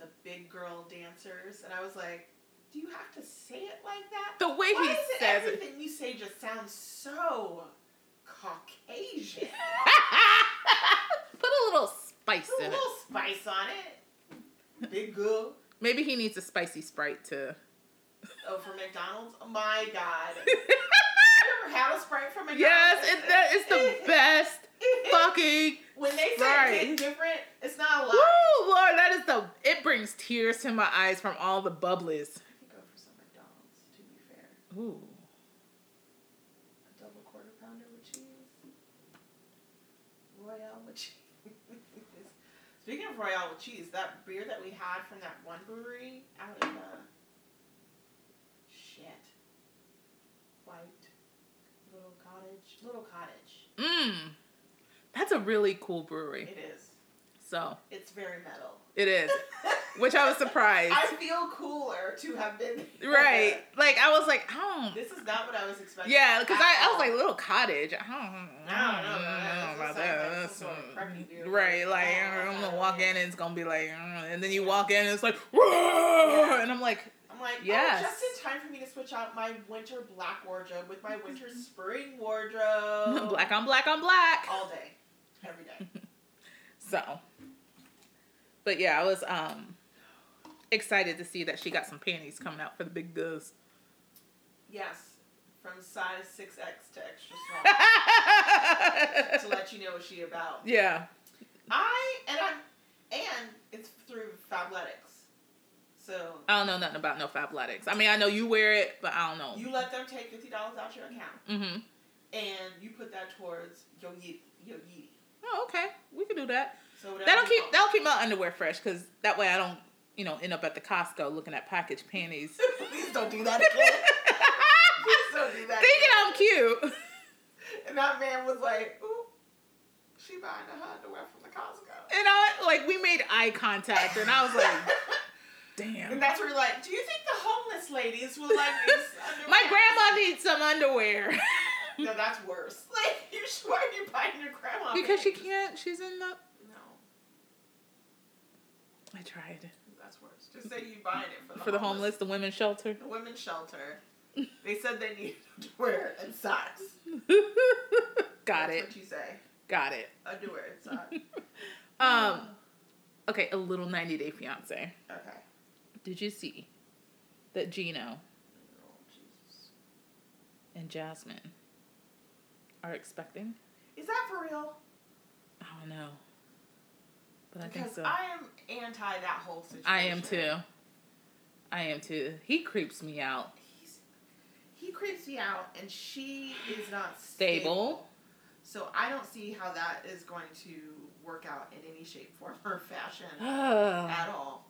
Speaker 2: the big girl dancers, and I was like, do you have to say it like that?
Speaker 1: the way
Speaker 2: Why
Speaker 1: he
Speaker 2: is it
Speaker 1: says it.
Speaker 2: everything you say just sounds so Caucasian?
Speaker 1: Put a little spice
Speaker 2: Put a
Speaker 1: in
Speaker 2: little
Speaker 1: it.
Speaker 2: spice on it, big girl.
Speaker 1: Maybe he needs a spicy sprite too.
Speaker 2: Oh, from McDonald's. Oh my God. You ever had a Sprite from McDonald's?
Speaker 1: yes, it, that is the best fucking.
Speaker 2: When they say
Speaker 1: Sprite.
Speaker 2: it's different, it's not a
Speaker 1: Woo,
Speaker 2: lie.
Speaker 1: Lord, that is the. It brings tears to my eyes from all the bubblies.
Speaker 2: I could go for some McDonald's, to be fair.
Speaker 1: Ooh,
Speaker 2: A double quarter pounder with cheese. Royale with cheese. Speaking of Royale with cheese, that beer that we had from that one brewery out in uh shit. White little cottage. Little cottage.
Speaker 1: mmm, that's a really cool brewery.
Speaker 2: It is.
Speaker 1: So
Speaker 2: It's very metal.
Speaker 1: it is, which I was surprised.
Speaker 2: I feel cooler to have been
Speaker 1: Right, like I was like, I don't.
Speaker 2: This is not what I was expecting.
Speaker 1: Yeah, because
Speaker 2: at
Speaker 1: I, I was
Speaker 2: all.
Speaker 1: like little cottage. I don't,
Speaker 2: I
Speaker 1: I
Speaker 2: don't know about that.
Speaker 1: don't
Speaker 2: This
Speaker 1: know about
Speaker 2: is
Speaker 1: that.
Speaker 2: like
Speaker 1: That's
Speaker 2: some sort of
Speaker 1: some-
Speaker 2: preppy dude.
Speaker 1: right. Like
Speaker 2: Oh,
Speaker 1: I'm gonna
Speaker 2: okay.
Speaker 1: walk in and it's gonna be like, "Mm," and then you walk in and it's like,
Speaker 2: Yeah.
Speaker 1: and I'm like,
Speaker 2: I'm like,
Speaker 1: Yes.
Speaker 2: oh, just in time for me to switch out my winter black wardrobe with my winter spring wardrobe.
Speaker 1: black on black on black.
Speaker 2: All day. Every day.
Speaker 1: So, but yeah, I was um excited to see that she got some panties coming out for the big girls.
Speaker 2: Yes. From size 6X to extra small. to let you know what she about.
Speaker 1: yeah.
Speaker 2: I, and I'm, and it's through Fabletics. So,
Speaker 1: I don't know nothing about no fabletics. I mean, I know you wear it, but I don't know.
Speaker 2: you let them take $50 out your account.
Speaker 1: Mm-hmm.
Speaker 2: And you put that towards your Yeti. Your Yeti.
Speaker 1: Oh, okay. We can do that.
Speaker 2: So whatever
Speaker 1: That'll
Speaker 2: you
Speaker 1: keep
Speaker 2: want.
Speaker 1: that'll keep my underwear fresh because that way I don't you know end up at the Costco looking at packaged panties.
Speaker 2: Please don't do that again. Please don't do that
Speaker 1: Thinking
Speaker 2: again.
Speaker 1: I'm cute.
Speaker 2: And that man was like, ooh, she buying her underwear from the Costco.
Speaker 1: And I like we made eye contact and I was like,
Speaker 2: and
Speaker 1: damn.
Speaker 2: that's where you're like, do you think the homeless ladies will like these underwear?
Speaker 1: My grandma needs some underwear.
Speaker 2: No, that's worse. Like, you, why are you buying your grandma?
Speaker 1: because she
Speaker 2: things?
Speaker 1: can't she's in the
Speaker 2: No,
Speaker 1: I tried.
Speaker 2: that's worse. Just say you buying it for the
Speaker 1: For the homeless, the women's shelter.
Speaker 2: The women's shelter. They said they needed underwear and socks.
Speaker 1: Got
Speaker 2: that's
Speaker 1: it.
Speaker 2: What you say?
Speaker 1: Got it.
Speaker 2: Underwear and socks.
Speaker 1: Um okay, a little 90 day fiance.
Speaker 2: Okay.
Speaker 1: Did you see that Gino
Speaker 2: Oh, Jesus.
Speaker 1: and Jasmine are expecting?
Speaker 2: Is that for real?
Speaker 1: I don't know. But I
Speaker 2: because
Speaker 1: think so. I,
Speaker 2: I am anti that whole situation.
Speaker 1: am too. I am too. He creeps me out.
Speaker 2: He's, he creeps me out, and she is not
Speaker 1: Stable.
Speaker 2: stable. So I don't see how that is going to work out in any shape, form, or fashion at all.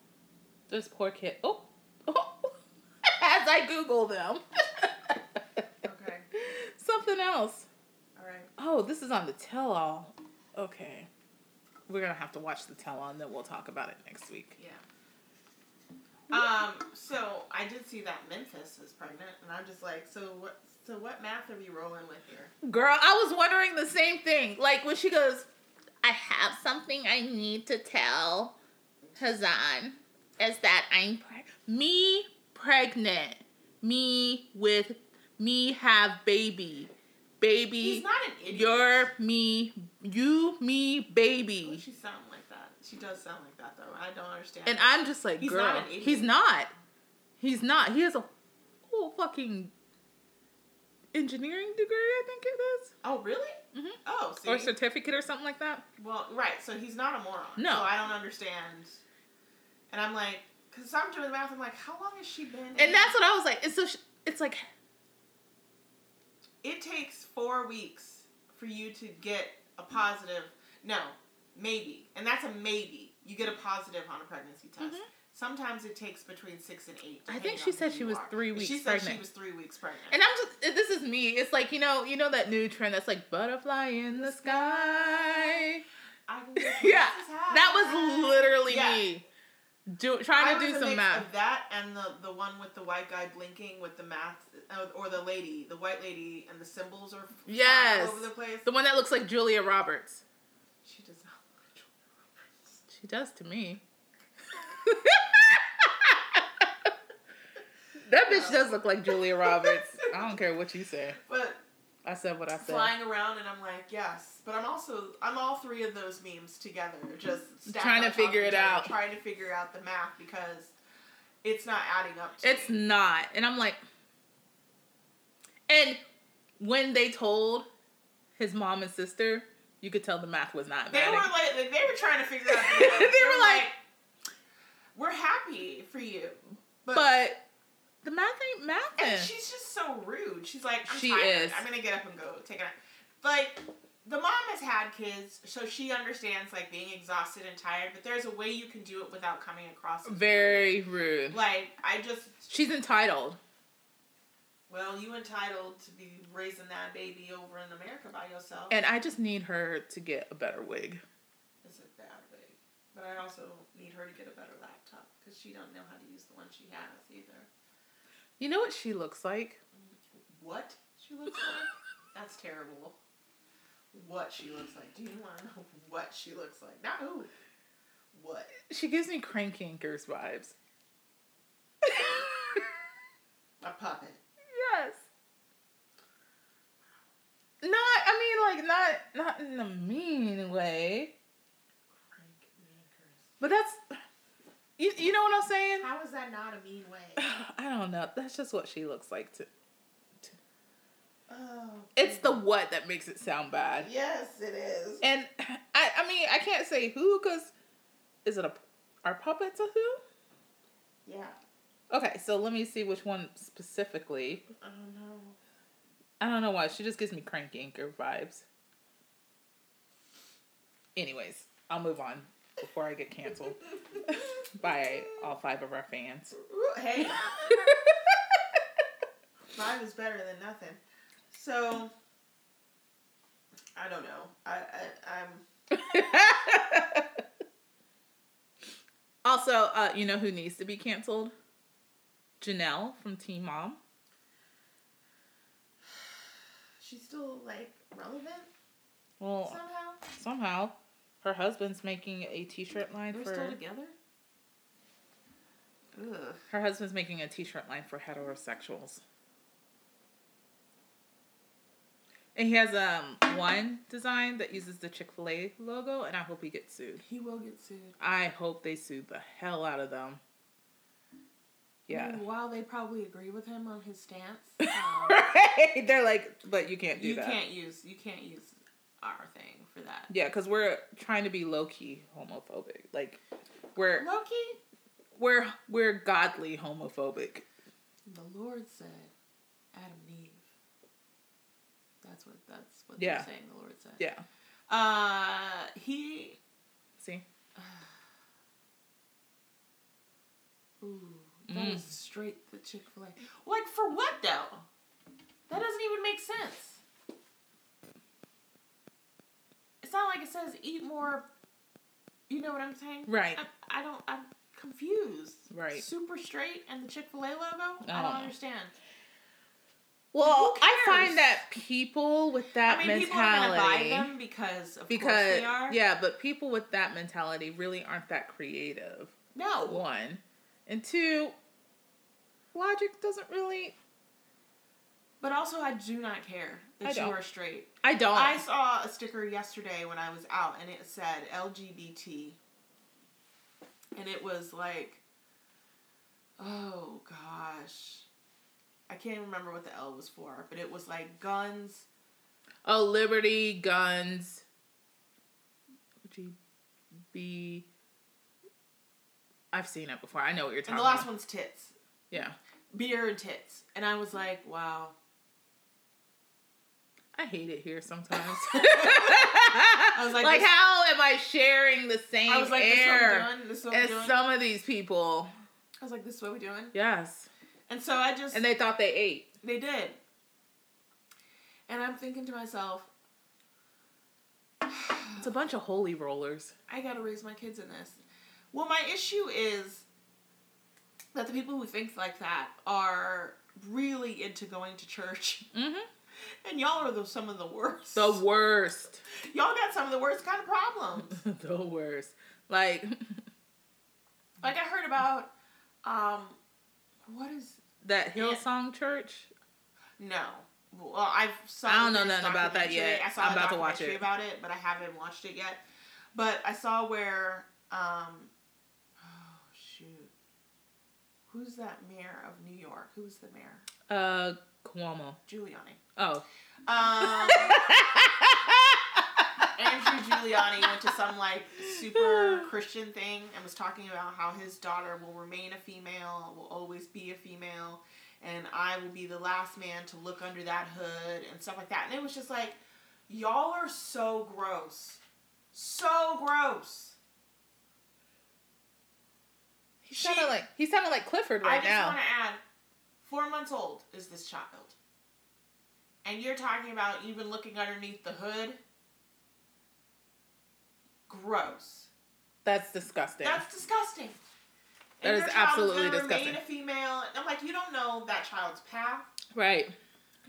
Speaker 1: this poor kid. Oh, oh. As I Google them.
Speaker 2: Okay.
Speaker 1: Something else.
Speaker 2: All right.
Speaker 1: Oh, this is on the tell all. Okay. We're going to have to watch the tell all and then we'll talk about it next week.
Speaker 2: Yeah. Um. So I did see that Memphis is pregnant, and I'm just like, so what? So what math are we rolling with here?
Speaker 1: Girl, I was wondering the same thing. Like when she goes, I have something I need to tell Hazan is that I'm preg me pregnant. Me with me have baby.
Speaker 2: He's
Speaker 1: Baby,
Speaker 2: not an idiot.
Speaker 1: you're me, you me
Speaker 2: Well,
Speaker 1: baby.
Speaker 2: She sound like that. She does sound like that though. I don't understand.
Speaker 1: And I'm just like,
Speaker 2: He's
Speaker 1: girl,
Speaker 2: not an idiot.
Speaker 1: he's not. He's not. He has a whole fucking engineering degree, I think it is.
Speaker 2: oh really?
Speaker 1: hmm
Speaker 2: Oh, see?
Speaker 1: Or a certificate or something like that.
Speaker 2: well, right. So he's not a moron.
Speaker 1: No.
Speaker 2: So I don't understand. And I'm like, because I'm doing the math. I'm like, how long has she been? in-
Speaker 1: And that's what I was like. It's so. sh- It's like
Speaker 2: it takes four weeks for you to get a positive. No, maybe, and that's a maybe. You get a positive on a pregnancy test.
Speaker 1: Mhm.
Speaker 2: Sometimes it takes between six and eight.
Speaker 1: I think
Speaker 2: depending
Speaker 1: she
Speaker 2: on who
Speaker 1: said she
Speaker 2: you
Speaker 1: was
Speaker 2: are.
Speaker 1: three weeks
Speaker 2: She said she
Speaker 1: pregnant.
Speaker 2: was three weeks pregnant.
Speaker 1: And I'm just this is me. It's like you know, you know that new trend that's like butterfly in the sky.
Speaker 2: I can get
Speaker 1: Yeah,
Speaker 2: this is
Speaker 1: That was
Speaker 2: high.
Speaker 1: literally
Speaker 2: Yeah.
Speaker 1: me do,
Speaker 2: I
Speaker 1: trying
Speaker 2: was
Speaker 1: to
Speaker 2: a
Speaker 1: do some
Speaker 2: mix
Speaker 1: math.
Speaker 2: Of that and the the one with the white guy blinking with the math, uh, or the lady, the white lady, and the symbols are flying
Speaker 1: Yes.
Speaker 2: all over the place.
Speaker 1: The one that looks like Julia Roberts.
Speaker 2: She does not look like Julia Roberts.
Speaker 1: She does to me. that bitch does look like Julia Roberts. I don't care what you say.
Speaker 2: But
Speaker 1: I said what I said.
Speaker 2: flying around and I'm like, yes. But I'm also I'm all three of those memes together, just stacked
Speaker 1: Trying to
Speaker 2: on top of
Speaker 1: figure
Speaker 2: each
Speaker 1: it
Speaker 2: other,
Speaker 1: out.
Speaker 2: trying to figure out the math because it's not adding up. To
Speaker 1: It's
Speaker 2: me.
Speaker 1: not. And I'm like, and when they told his mom and sister, you could tell the math was not
Speaker 2: they
Speaker 1: mathing.
Speaker 2: were like they were trying to figure out. The math.
Speaker 1: They were like-
Speaker 2: we're happy for you, but.
Speaker 1: but the math ain't
Speaker 2: and
Speaker 1: mathing.
Speaker 2: she's just so rude. She's like, I'm
Speaker 1: Eh. She
Speaker 2: tired.
Speaker 1: is.
Speaker 2: I'm gonna get up and go take a nap. Like, the mom has had kids, so she understands like being exhausted and tired. But there's a way you can do it without coming across as
Speaker 1: Very rude.
Speaker 2: Like, I just
Speaker 1: She's entitled.
Speaker 2: Well, you entitled to be raising that baby over in America by yourself.
Speaker 1: And I just need her to get a better wig.
Speaker 2: it's a bad way. But I also need her to get a better laptop because she don't know how to use the one she has either.
Speaker 1: You know what she looks like?
Speaker 2: What she looks like? That's terrible. What she looks like? Do you want to know what she looks like? Not who. What?
Speaker 1: She gives me cranky anchors vibes.
Speaker 2: A puppet.
Speaker 1: Yes. Not, I mean, like, not, not in a mean way,
Speaker 2: Crank yankers.
Speaker 1: but that's, you, you know what I'm saying?
Speaker 2: How is that not a mean way?
Speaker 1: I don't know. That's just what she looks like. To
Speaker 2: Oh.
Speaker 1: it's the what that makes it sound bad.
Speaker 2: Yes, it is.
Speaker 1: And I, I mean, I can't say who because is it a are puppets a who?
Speaker 2: Yeah.
Speaker 1: Okay, so let me see which one specifically.
Speaker 2: I don't know.
Speaker 1: I don't know why. She just gives me cranky anchor vibes. Anyways, I'll move on before I get canceled by all five of our fans.
Speaker 2: Ooh, Hey. Mine was better than nothing. So I don't know. I, I I'm
Speaker 1: also, uh, you know who needs to be canceled? Janelle from Team Mom.
Speaker 2: she's still like relevant
Speaker 1: Well,
Speaker 2: somehow.
Speaker 1: somehow her husband's making a t-shirt line for
Speaker 2: together. Ugh.
Speaker 1: her husband's making a t-shirt line for heterosexuals. And he has um one design that uses the Chick-fil-A logo and I hope he gets sued.
Speaker 2: He will get sued.
Speaker 1: I hope they sue the hell out of them. Yeah.
Speaker 2: While they probably agree with him on his stance, Um,
Speaker 1: right? They're like, but you can't do
Speaker 2: you
Speaker 1: that.
Speaker 2: can't use you can't use our thing for that.
Speaker 1: Yeah, because we're trying to be low key homophobic. Like we're
Speaker 2: Loki,
Speaker 1: we're we're godly homophobic.
Speaker 2: the Lord said, Adam and Eve. That's what that's what
Speaker 1: Yeah.
Speaker 2: they're saying. The Lord said.
Speaker 1: Yeah.
Speaker 2: Uh, he.
Speaker 1: See?
Speaker 2: Ooh, that is
Speaker 1: Mm.
Speaker 2: straight the Chick Fil A. Like for what though? That doesn't even make sense. It's not like it says eat more. You know what I'm saying?
Speaker 1: Right.
Speaker 2: I, I don't. I'm confused.
Speaker 1: Right.
Speaker 2: Super straight and the Chick Fil A logo. I
Speaker 1: Oh.
Speaker 2: don't understand.
Speaker 1: Well,
Speaker 2: Who
Speaker 1: I
Speaker 2: cares?
Speaker 1: find that people with that
Speaker 2: I mean, people are
Speaker 1: mentality
Speaker 2: gonna buy them because of course
Speaker 1: because
Speaker 2: they are.
Speaker 1: yeah, but people with that mentality really aren't that creative.
Speaker 2: No.
Speaker 1: One, and two, logic doesn't really.
Speaker 2: But also, I do not care
Speaker 1: I
Speaker 2: that you
Speaker 1: don't.
Speaker 2: are straight.
Speaker 1: I don't.
Speaker 2: I saw a sticker yesterday when I was out, and it said LGBT, and it was like, oh gosh, I can't remember what the L was for, but it was like guns,
Speaker 1: Oh, Liberty Guns. G B. I've seen it before. I know what you're talking
Speaker 2: And the last
Speaker 1: about.
Speaker 2: one's tits.
Speaker 1: Yeah.
Speaker 2: Beer and tits. And I was like, wow.
Speaker 1: I hate it here sometimes.
Speaker 2: I was
Speaker 1: like,
Speaker 2: like, this-
Speaker 1: how am I sharing the same
Speaker 2: I was like, this is what we're
Speaker 1: air
Speaker 2: doing. This is what we're
Speaker 1: as
Speaker 2: doing.
Speaker 1: some of these people?
Speaker 2: I was like, this is what we're doing.
Speaker 1: Yes.
Speaker 2: And so I just,
Speaker 1: And they thought they ate.
Speaker 2: they did. And I'm thinking to myself,
Speaker 1: It's a bunch of holy rollers.
Speaker 2: I gotta raise my kids in this. Well, my issue is that the people who think like that are really into going to church,
Speaker 1: Mm-hmm.
Speaker 2: and y'all are the, some of the worst.
Speaker 1: The worst.
Speaker 2: y'all got some of the worst kind of problems.
Speaker 1: the worst. Like
Speaker 2: like I heard about, um, what is
Speaker 1: that
Speaker 2: Yeah.
Speaker 1: Hillsong Church.
Speaker 2: no. Well, I've saw
Speaker 1: I don't
Speaker 2: the
Speaker 1: know nothing about that
Speaker 2: documentary.
Speaker 1: yet.
Speaker 2: I saw
Speaker 1: I'm
Speaker 2: a
Speaker 1: about to watch
Speaker 2: documentary
Speaker 1: it.
Speaker 2: about it, but I haven't watched it yet. But I saw where, um, oh shoot, who's that mayor of New York? Who's the mayor?
Speaker 1: Uh, Cuomo.
Speaker 2: Giuliani.
Speaker 1: Oh.
Speaker 2: Um, Andrew Giuliani went to some like super Christian thing and was talking about how his daughter will remain a female, will always be a female, and I will be the last man to look under that hood and stuff like that. And it was just like, y'all are so gross. So gross.
Speaker 1: He sounded like he sounded like Clifford
Speaker 2: I
Speaker 1: right
Speaker 2: just
Speaker 1: now.
Speaker 2: want to add, four months old is this child, and you're talking about even looking underneath the hood. Gross.
Speaker 1: That's disgusting.
Speaker 2: That's disgusting.
Speaker 1: That
Speaker 2: And
Speaker 1: is
Speaker 2: your child
Speaker 1: absolutely
Speaker 2: gonna
Speaker 1: disgusting.
Speaker 2: Remain a female. And I'm like, you don't know that child's path.
Speaker 1: right.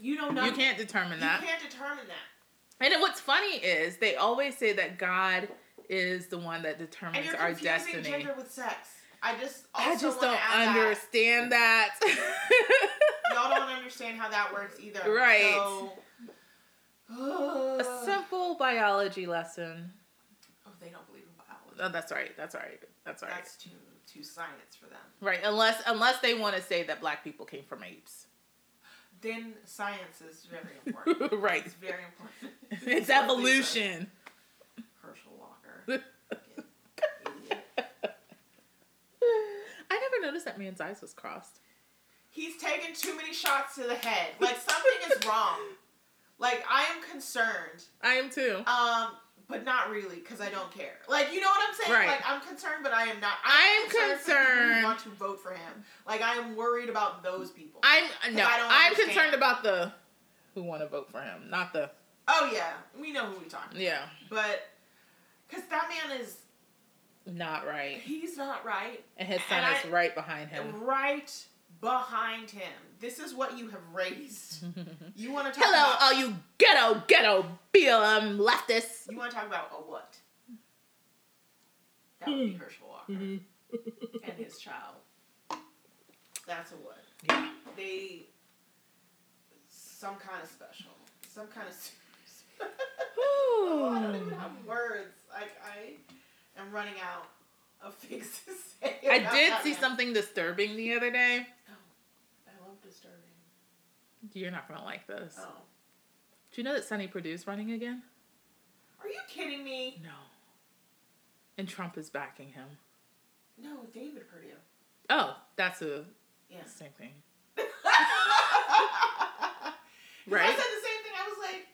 Speaker 2: You don't know.
Speaker 1: You can't determine
Speaker 2: You
Speaker 1: that.
Speaker 2: can't determine that.
Speaker 1: And then what's funny is they always say that God is the one that
Speaker 2: And
Speaker 1: determines
Speaker 2: you're
Speaker 1: Mm, our
Speaker 2: confusing
Speaker 1: destiny.
Speaker 2: gender with sex. I just also
Speaker 1: I just
Speaker 2: wanna
Speaker 1: don't
Speaker 2: add that.
Speaker 1: understand that.
Speaker 2: Y'all don't understand how that works either.
Speaker 1: Right.
Speaker 2: So,
Speaker 1: A simple biology lesson.
Speaker 2: oh, they don't believe in biology.
Speaker 1: Oh, that's right. That's right. That's right.
Speaker 2: That's too too science for them.
Speaker 1: right. Unless unless they want to say that black people came from apes.
Speaker 2: Then science is very important.
Speaker 1: right.
Speaker 2: It's very important.
Speaker 1: It's
Speaker 2: what they said.
Speaker 1: evolution.
Speaker 2: Herschel Walker.
Speaker 1: I
Speaker 2: Idiot.
Speaker 1: never noticed that man's eyes was crossed.
Speaker 2: He's taking too many shots to the head. Like something is wrong. Like I am concerned.
Speaker 1: I am too.
Speaker 2: Um, but not really because I don't care. Like you know what I'm saying?
Speaker 1: Right.
Speaker 2: Like I'm concerned, but I am not.
Speaker 1: I'm
Speaker 2: for the people who
Speaker 1: concerned.
Speaker 2: Want to vote for him? Like I am worried about those people.
Speaker 1: I'm no.
Speaker 2: I don't
Speaker 1: I'm
Speaker 2: understand.
Speaker 1: concerned about the who want to vote for him, not the
Speaker 2: oh yeah, we know who we talking. about.
Speaker 1: yeah,
Speaker 2: But because that man is,
Speaker 1: not right.
Speaker 2: he's not right.
Speaker 1: And his son
Speaker 2: And
Speaker 1: is
Speaker 2: I-
Speaker 1: right behind him.
Speaker 2: right behind him. This is what you have
Speaker 1: Mm-hmm.
Speaker 2: raised. You want to talk
Speaker 1: Hello, uh,
Speaker 2: about
Speaker 1: all you ghetto, ghetto BLM leftists.
Speaker 2: you want to talk about a what? That would be Herschel Walker and his child. That's a what.
Speaker 1: Yeah.
Speaker 2: They some kind of special, some kind of. I don't even have words. Like I am running out of things to say.
Speaker 1: I
Speaker 2: about
Speaker 1: did
Speaker 2: that
Speaker 1: see
Speaker 2: man. Oh,
Speaker 1: something disturbing the other day.
Speaker 2: I love disturbing.
Speaker 1: You're not gonna like this.
Speaker 2: Oh,
Speaker 1: Do you know that Sonny Perdue's running again?
Speaker 2: are you kidding me?
Speaker 1: No. And Trump is backing him.
Speaker 2: No, David Perdue.
Speaker 1: Oh, that's a
Speaker 2: Yes.
Speaker 1: same thing.
Speaker 2: I
Speaker 1: Right?
Speaker 2: said the same thing. I was like,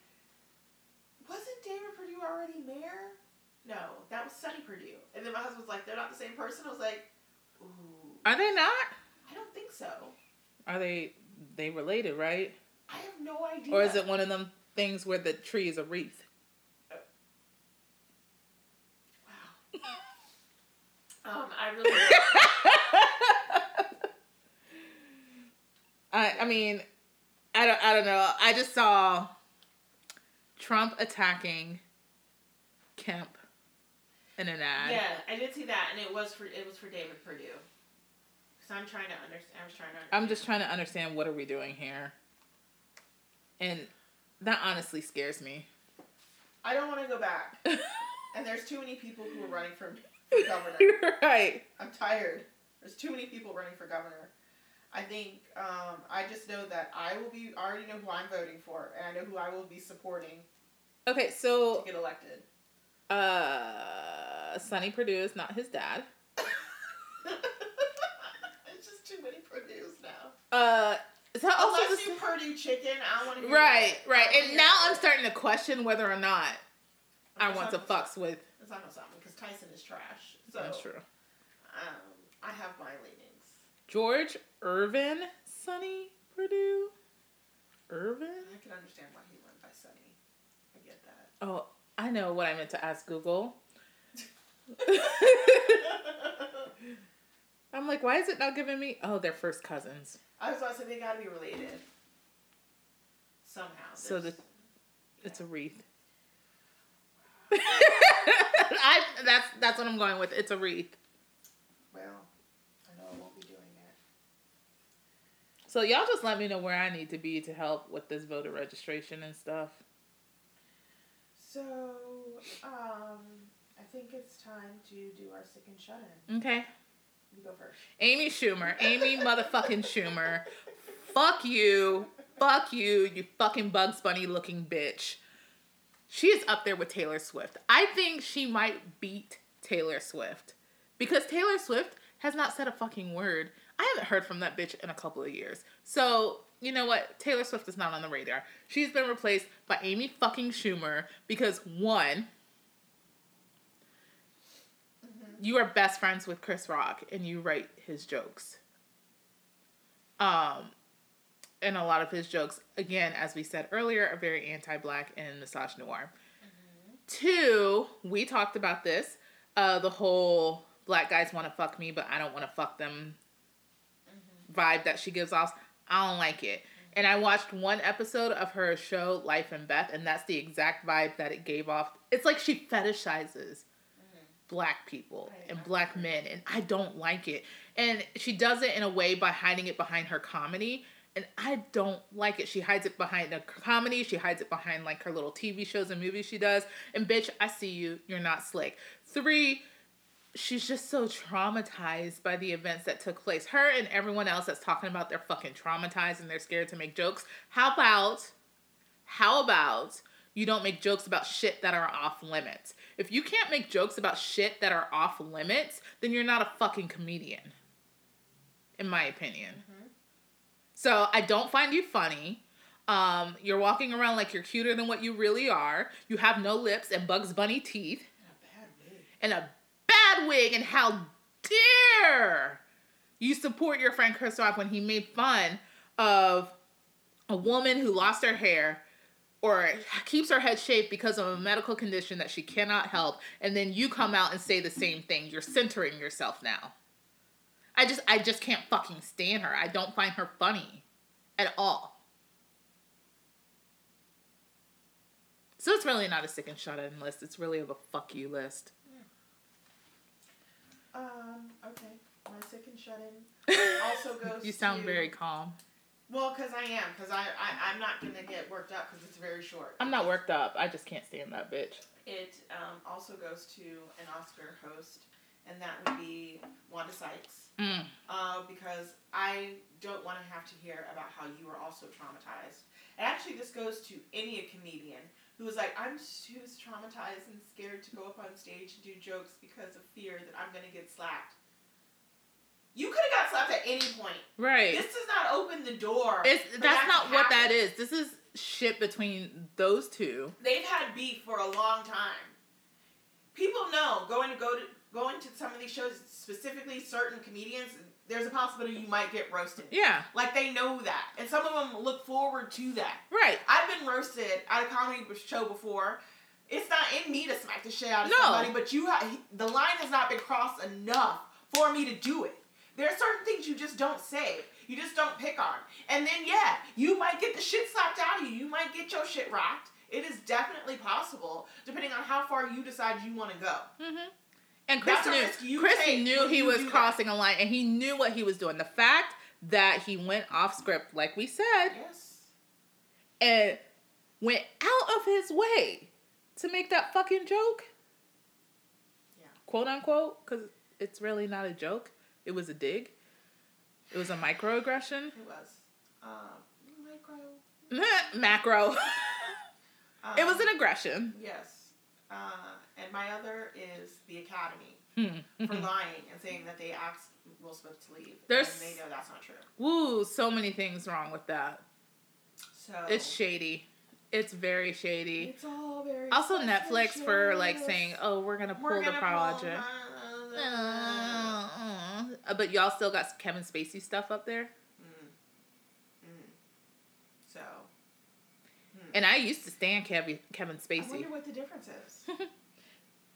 Speaker 2: wasn't David Perdue already mayor? No, that was Sonny Perdue. And then my husband was like, they're not the same person. I was like, ooh,
Speaker 1: Are they not?
Speaker 2: I don't think so.
Speaker 1: Are they they related, right?
Speaker 2: I have no idea.
Speaker 1: Or is it one of them things where the tree is a wreath?
Speaker 2: Wow. um, I really.
Speaker 1: I I mean, I don't I don't know. I just saw Trump attacking Kemp in an ad.
Speaker 2: yeah, I did see that, and it was for it was for David Perdue. Because I'm trying to understand. I was trying to. Understand.
Speaker 1: I'm just trying to understand what are we doing here. And that honestly scares me.
Speaker 2: I don't want to go back. and there's too many people who are running for, for governor.
Speaker 1: right.
Speaker 2: I'm tired. There's too many people running for governor. I think um, I just know that I will be. I already know who I'm voting for, and I know who I will be supporting
Speaker 1: Okay,
Speaker 2: to
Speaker 1: so
Speaker 2: get elected.
Speaker 1: uh, Sonny Perdue is not his dad.
Speaker 2: it's just too many Purdue's now.
Speaker 1: Uh, is that also
Speaker 2: Unless
Speaker 1: the
Speaker 2: you
Speaker 1: s-
Speaker 2: Purdue chicken, I want to.
Speaker 1: right, right? And now I'm starting to question whether or not I want to fucks with.
Speaker 2: It's not gonna stop me because Tyson is trash. So
Speaker 1: That's true.
Speaker 2: um, I have my leanings.
Speaker 1: George Irvin, Sonny Perdue, Irvin.
Speaker 2: I can understand why he went by Sunny. I get that.
Speaker 1: Oh, I know what I meant to ask Google. I'm like, why is it not giving me? Oh, they're first cousins.
Speaker 2: I was about to say they gotta be related somehow.
Speaker 1: So
Speaker 2: There's-
Speaker 1: It's a wreath. I that's that's what I'm going with. It's a wreath.
Speaker 2: well, I know I won't be doing that.
Speaker 1: So y'all just let me know where I need to be to help with this voter registration and stuff.
Speaker 2: So, um, I think it's time to do our sick and shut in.
Speaker 1: Okay.
Speaker 2: You go first.
Speaker 1: Amy Schumer. Amy motherfucking Schumer. Fuck you. Fuck you, you fucking Bugs Bunny looking bitch. She is up there with Taylor Swift. I think she might beat Taylor Swift because Taylor Swift has not said a fucking word. I haven't heard from that bitch in a couple of years. So, you know what? Taylor Swift is not on the radar. She's been replaced by Amy fucking Schumer because one, you are best friends with Chris Rock and you write his jokes. Um, and a lot of his jokes, again, as we said earlier, are very anti black and misogynoir. Two, we talked about this uh, the whole black guys want to fuck me, but I don't want to fuck them vibe that she gives off. I don't like it. And I watched one episode of her show, Life and Beth, and that's the exact vibe that it gave off. It's like she fetishizes black people
Speaker 2: Right,
Speaker 1: and
Speaker 2: I
Speaker 1: black men, and I don't like it. And she does it in a way by hiding it behind her comedy, and I don't like it. She hides it behind a comedy, she hides it behind like her little TV shows and movies she does. And bitch, I see you. You're not slick. Three, she's just so traumatized by the events that took place. Her and everyone else that's talking about they're fucking traumatized and they're scared to make jokes. How about, how about you don't make jokes about shit that are off limits? If you can't make jokes about shit that are off limits, then you're not a fucking comedian, in my opinion. So I don't find you funny. Um, you're walking around like you're cuter than what you really are. You have no lips and Bugs Bunny teeth
Speaker 2: Not bad, really.
Speaker 1: and a bad wig and how dare you support your friend Chris Rock when he made fun of a woman who lost her hair or keeps her head shaved because of a medical condition that she cannot help and then you come out and say the same thing you're centering yourself now i just i just can't fucking stand her i don't find her funny at all so it's really not a sick and shut in list it's really of a fuck you list
Speaker 2: Um, okay. My sick and shut in also goes.
Speaker 1: You sound
Speaker 2: to-
Speaker 1: very calm.
Speaker 2: well, because I am, because I, I I'm not gonna get worked up because it's very short.
Speaker 1: I'm not worked up. I just can't stand that bitch.
Speaker 2: It um, also goes to an Oscar host, and that would be Wanda Sykes.
Speaker 1: Mm.
Speaker 2: uh, because I don't want to have to hear about how you were also traumatized. And actually, this goes to any comedian who was like, I'm she was traumatized and scared to go up on stage and do jokes because of fear that I'm going to get slapped. You could have got slapped at any point.
Speaker 1: Right.
Speaker 2: This does not open the door.
Speaker 1: It's
Speaker 2: for that
Speaker 1: that's
Speaker 2: to
Speaker 1: not what that
Speaker 2: happen.
Speaker 1: is. This is shit between those two.
Speaker 2: They've had beef for a long time. People know going to go to going to some of these shows, specifically certain comedians. There's a possibility you might get roasted.
Speaker 1: Yeah.
Speaker 2: Like they know that, and some of them look forward to that.
Speaker 1: Right.
Speaker 2: I've been roasted at a comedy show before. It's not in me to smack the shit out of
Speaker 1: No.
Speaker 2: somebody, but you ha- the line has not been crossed enough for me to do it. There are certain things you just don't say. You just don't pick on. And then yeah, you might get the shit slapped out of you. You might get your shit rocked. It is definitely possible, depending on how far you decide you want to go.
Speaker 1: Hmm. Mm-hmm. And Chris
Speaker 2: That's a risk
Speaker 1: knew
Speaker 2: you
Speaker 1: Chris
Speaker 2: take
Speaker 1: knew
Speaker 2: when
Speaker 1: he
Speaker 2: you
Speaker 1: was
Speaker 2: do that.
Speaker 1: crossing a line and he knew what he was doing. The fact that he went off script, like we said,
Speaker 2: Yes.
Speaker 1: and went out of his way to make that fucking joke.
Speaker 2: Yeah.
Speaker 1: Quote unquote, because it's really not a joke. It was a dig. It was a microaggression.
Speaker 2: It was. Um, micro.
Speaker 1: Macro.
Speaker 2: Um,
Speaker 1: it was an aggression.
Speaker 2: Yes. Uh, and my other is the Academy for
Speaker 1: Hmm.
Speaker 2: lying and saying that they asked Will Smith to leave.
Speaker 1: There's-
Speaker 2: And they know that's not true.
Speaker 1: Woo, so many things wrong with that.
Speaker 2: So
Speaker 1: It's shady. It's very shady.
Speaker 2: It's all very.
Speaker 1: Also, Netflix for like
Speaker 2: suspicious.
Speaker 1: saying, "Oh, we're gonna pull
Speaker 2: We're
Speaker 1: the
Speaker 2: gonna
Speaker 1: project."
Speaker 2: pull the-
Speaker 1: Uh, uh, but y'all still got Kevin Spacey stuff up there.
Speaker 2: Mm. Mm. So. hmm.
Speaker 1: And I used to stand Kevin Kevin
Speaker 2: I
Speaker 1: Spacey.
Speaker 2: wonder what the difference is.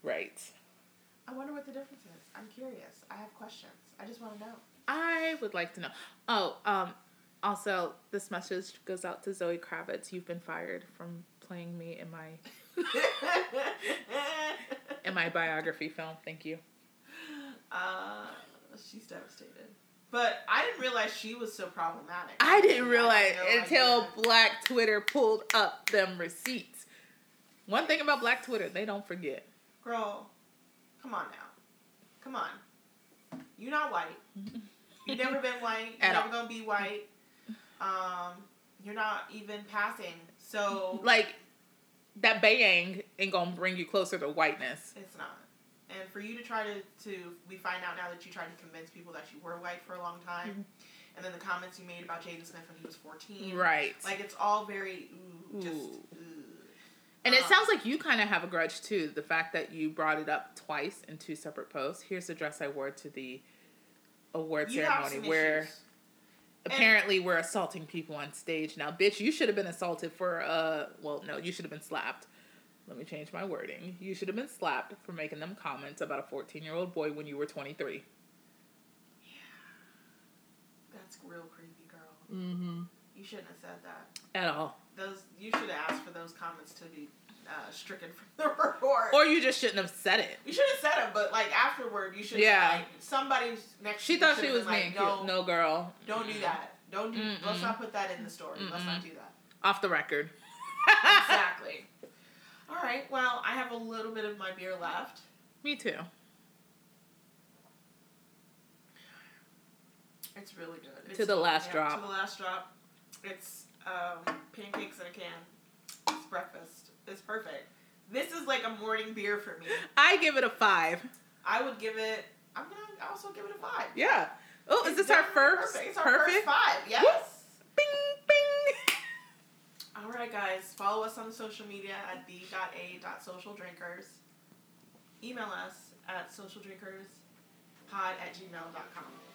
Speaker 1: Right.
Speaker 2: I wonder what the difference is. I'm curious. I have questions. I just want to know.
Speaker 1: I would like to know. Oh, um, also, this message goes out to Zoe Kravitz. You've been fired from playing me in my in my biography film. Thank you.
Speaker 2: uh, she's devastated. But I didn't realize she was so problematic.
Speaker 1: I didn't
Speaker 2: had
Speaker 1: realize
Speaker 2: no
Speaker 1: until
Speaker 2: idea.
Speaker 1: Black Twitter pulled up them receipts. One thing about Black Twitter, they don't forget.
Speaker 2: Girl, come on now. Come on. You're not white. You've never been white. You're
Speaker 1: At
Speaker 2: never
Speaker 1: all.
Speaker 2: going to be white. Um, you're not even passing. So
Speaker 1: Like that bayang ain't gonna bring you closer to whiteness.
Speaker 2: it's not. And for you to try to, to, we find out now that you tried to convince people that you were white for a long time. And then the comments you made about Jaden Smith when he was 14.
Speaker 1: Mm-hmm. Right.
Speaker 2: Like it's all very, ooh, just,
Speaker 1: Ooh.
Speaker 2: ooh.
Speaker 1: and it
Speaker 2: um,
Speaker 1: sounds like you kind of have a grudge too. The fact that you brought it up twice in two separate posts. Here's the dress I wore to the award
Speaker 2: You have
Speaker 1: ceremony
Speaker 2: some
Speaker 1: where
Speaker 2: issues.
Speaker 1: apparently we're assaulting people on stage now. Bitch, you should have been assaulted for uh well, no, you should have been slapped. Let me change my wording. You should have been slapped for making them comments about a 14-year-old boy when you were 23.
Speaker 2: That's real creepy, girl.
Speaker 1: Mm-hmm.
Speaker 2: You shouldn't have said that.
Speaker 1: At all.
Speaker 2: Those you should have asked for those comments to be uh, stricken from the report.
Speaker 1: Or you just shouldn't have said it.
Speaker 2: you should have said it, but like afterward, you should.
Speaker 1: Yeah.
Speaker 2: Yeah. Like, somebody next.
Speaker 1: She
Speaker 2: to you
Speaker 1: thought
Speaker 2: should
Speaker 1: she
Speaker 2: have
Speaker 1: was
Speaker 2: been
Speaker 1: being
Speaker 2: like,
Speaker 1: cute.
Speaker 2: no,
Speaker 1: No, girl.
Speaker 2: don't do that. Don't do.
Speaker 1: Mm-mm.
Speaker 2: Let's not put that in the story. Let's not do that.
Speaker 1: Off the record.
Speaker 2: exactly. All right. Well, I have a little bit of my beer left.
Speaker 1: Me too.
Speaker 2: It's really good.
Speaker 1: To
Speaker 2: It's-
Speaker 1: the last
Speaker 2: yeah,
Speaker 1: drop.
Speaker 2: To the last drop. It's um, pancakes in a can. It's breakfast. It's perfect. This is like a morning beer for me.
Speaker 1: I give it a five.
Speaker 2: I would give it. I'm gonna also give it a five.
Speaker 1: Yeah. Oh, is this our
Speaker 2: definitely
Speaker 1: first perfect?
Speaker 2: It's our first five. Yes.
Speaker 1: Bing, bing.
Speaker 2: All right, guys. Follow us on social media at the.a.socialdrinkers. Email us at socialdrinkerspod at gmail.com.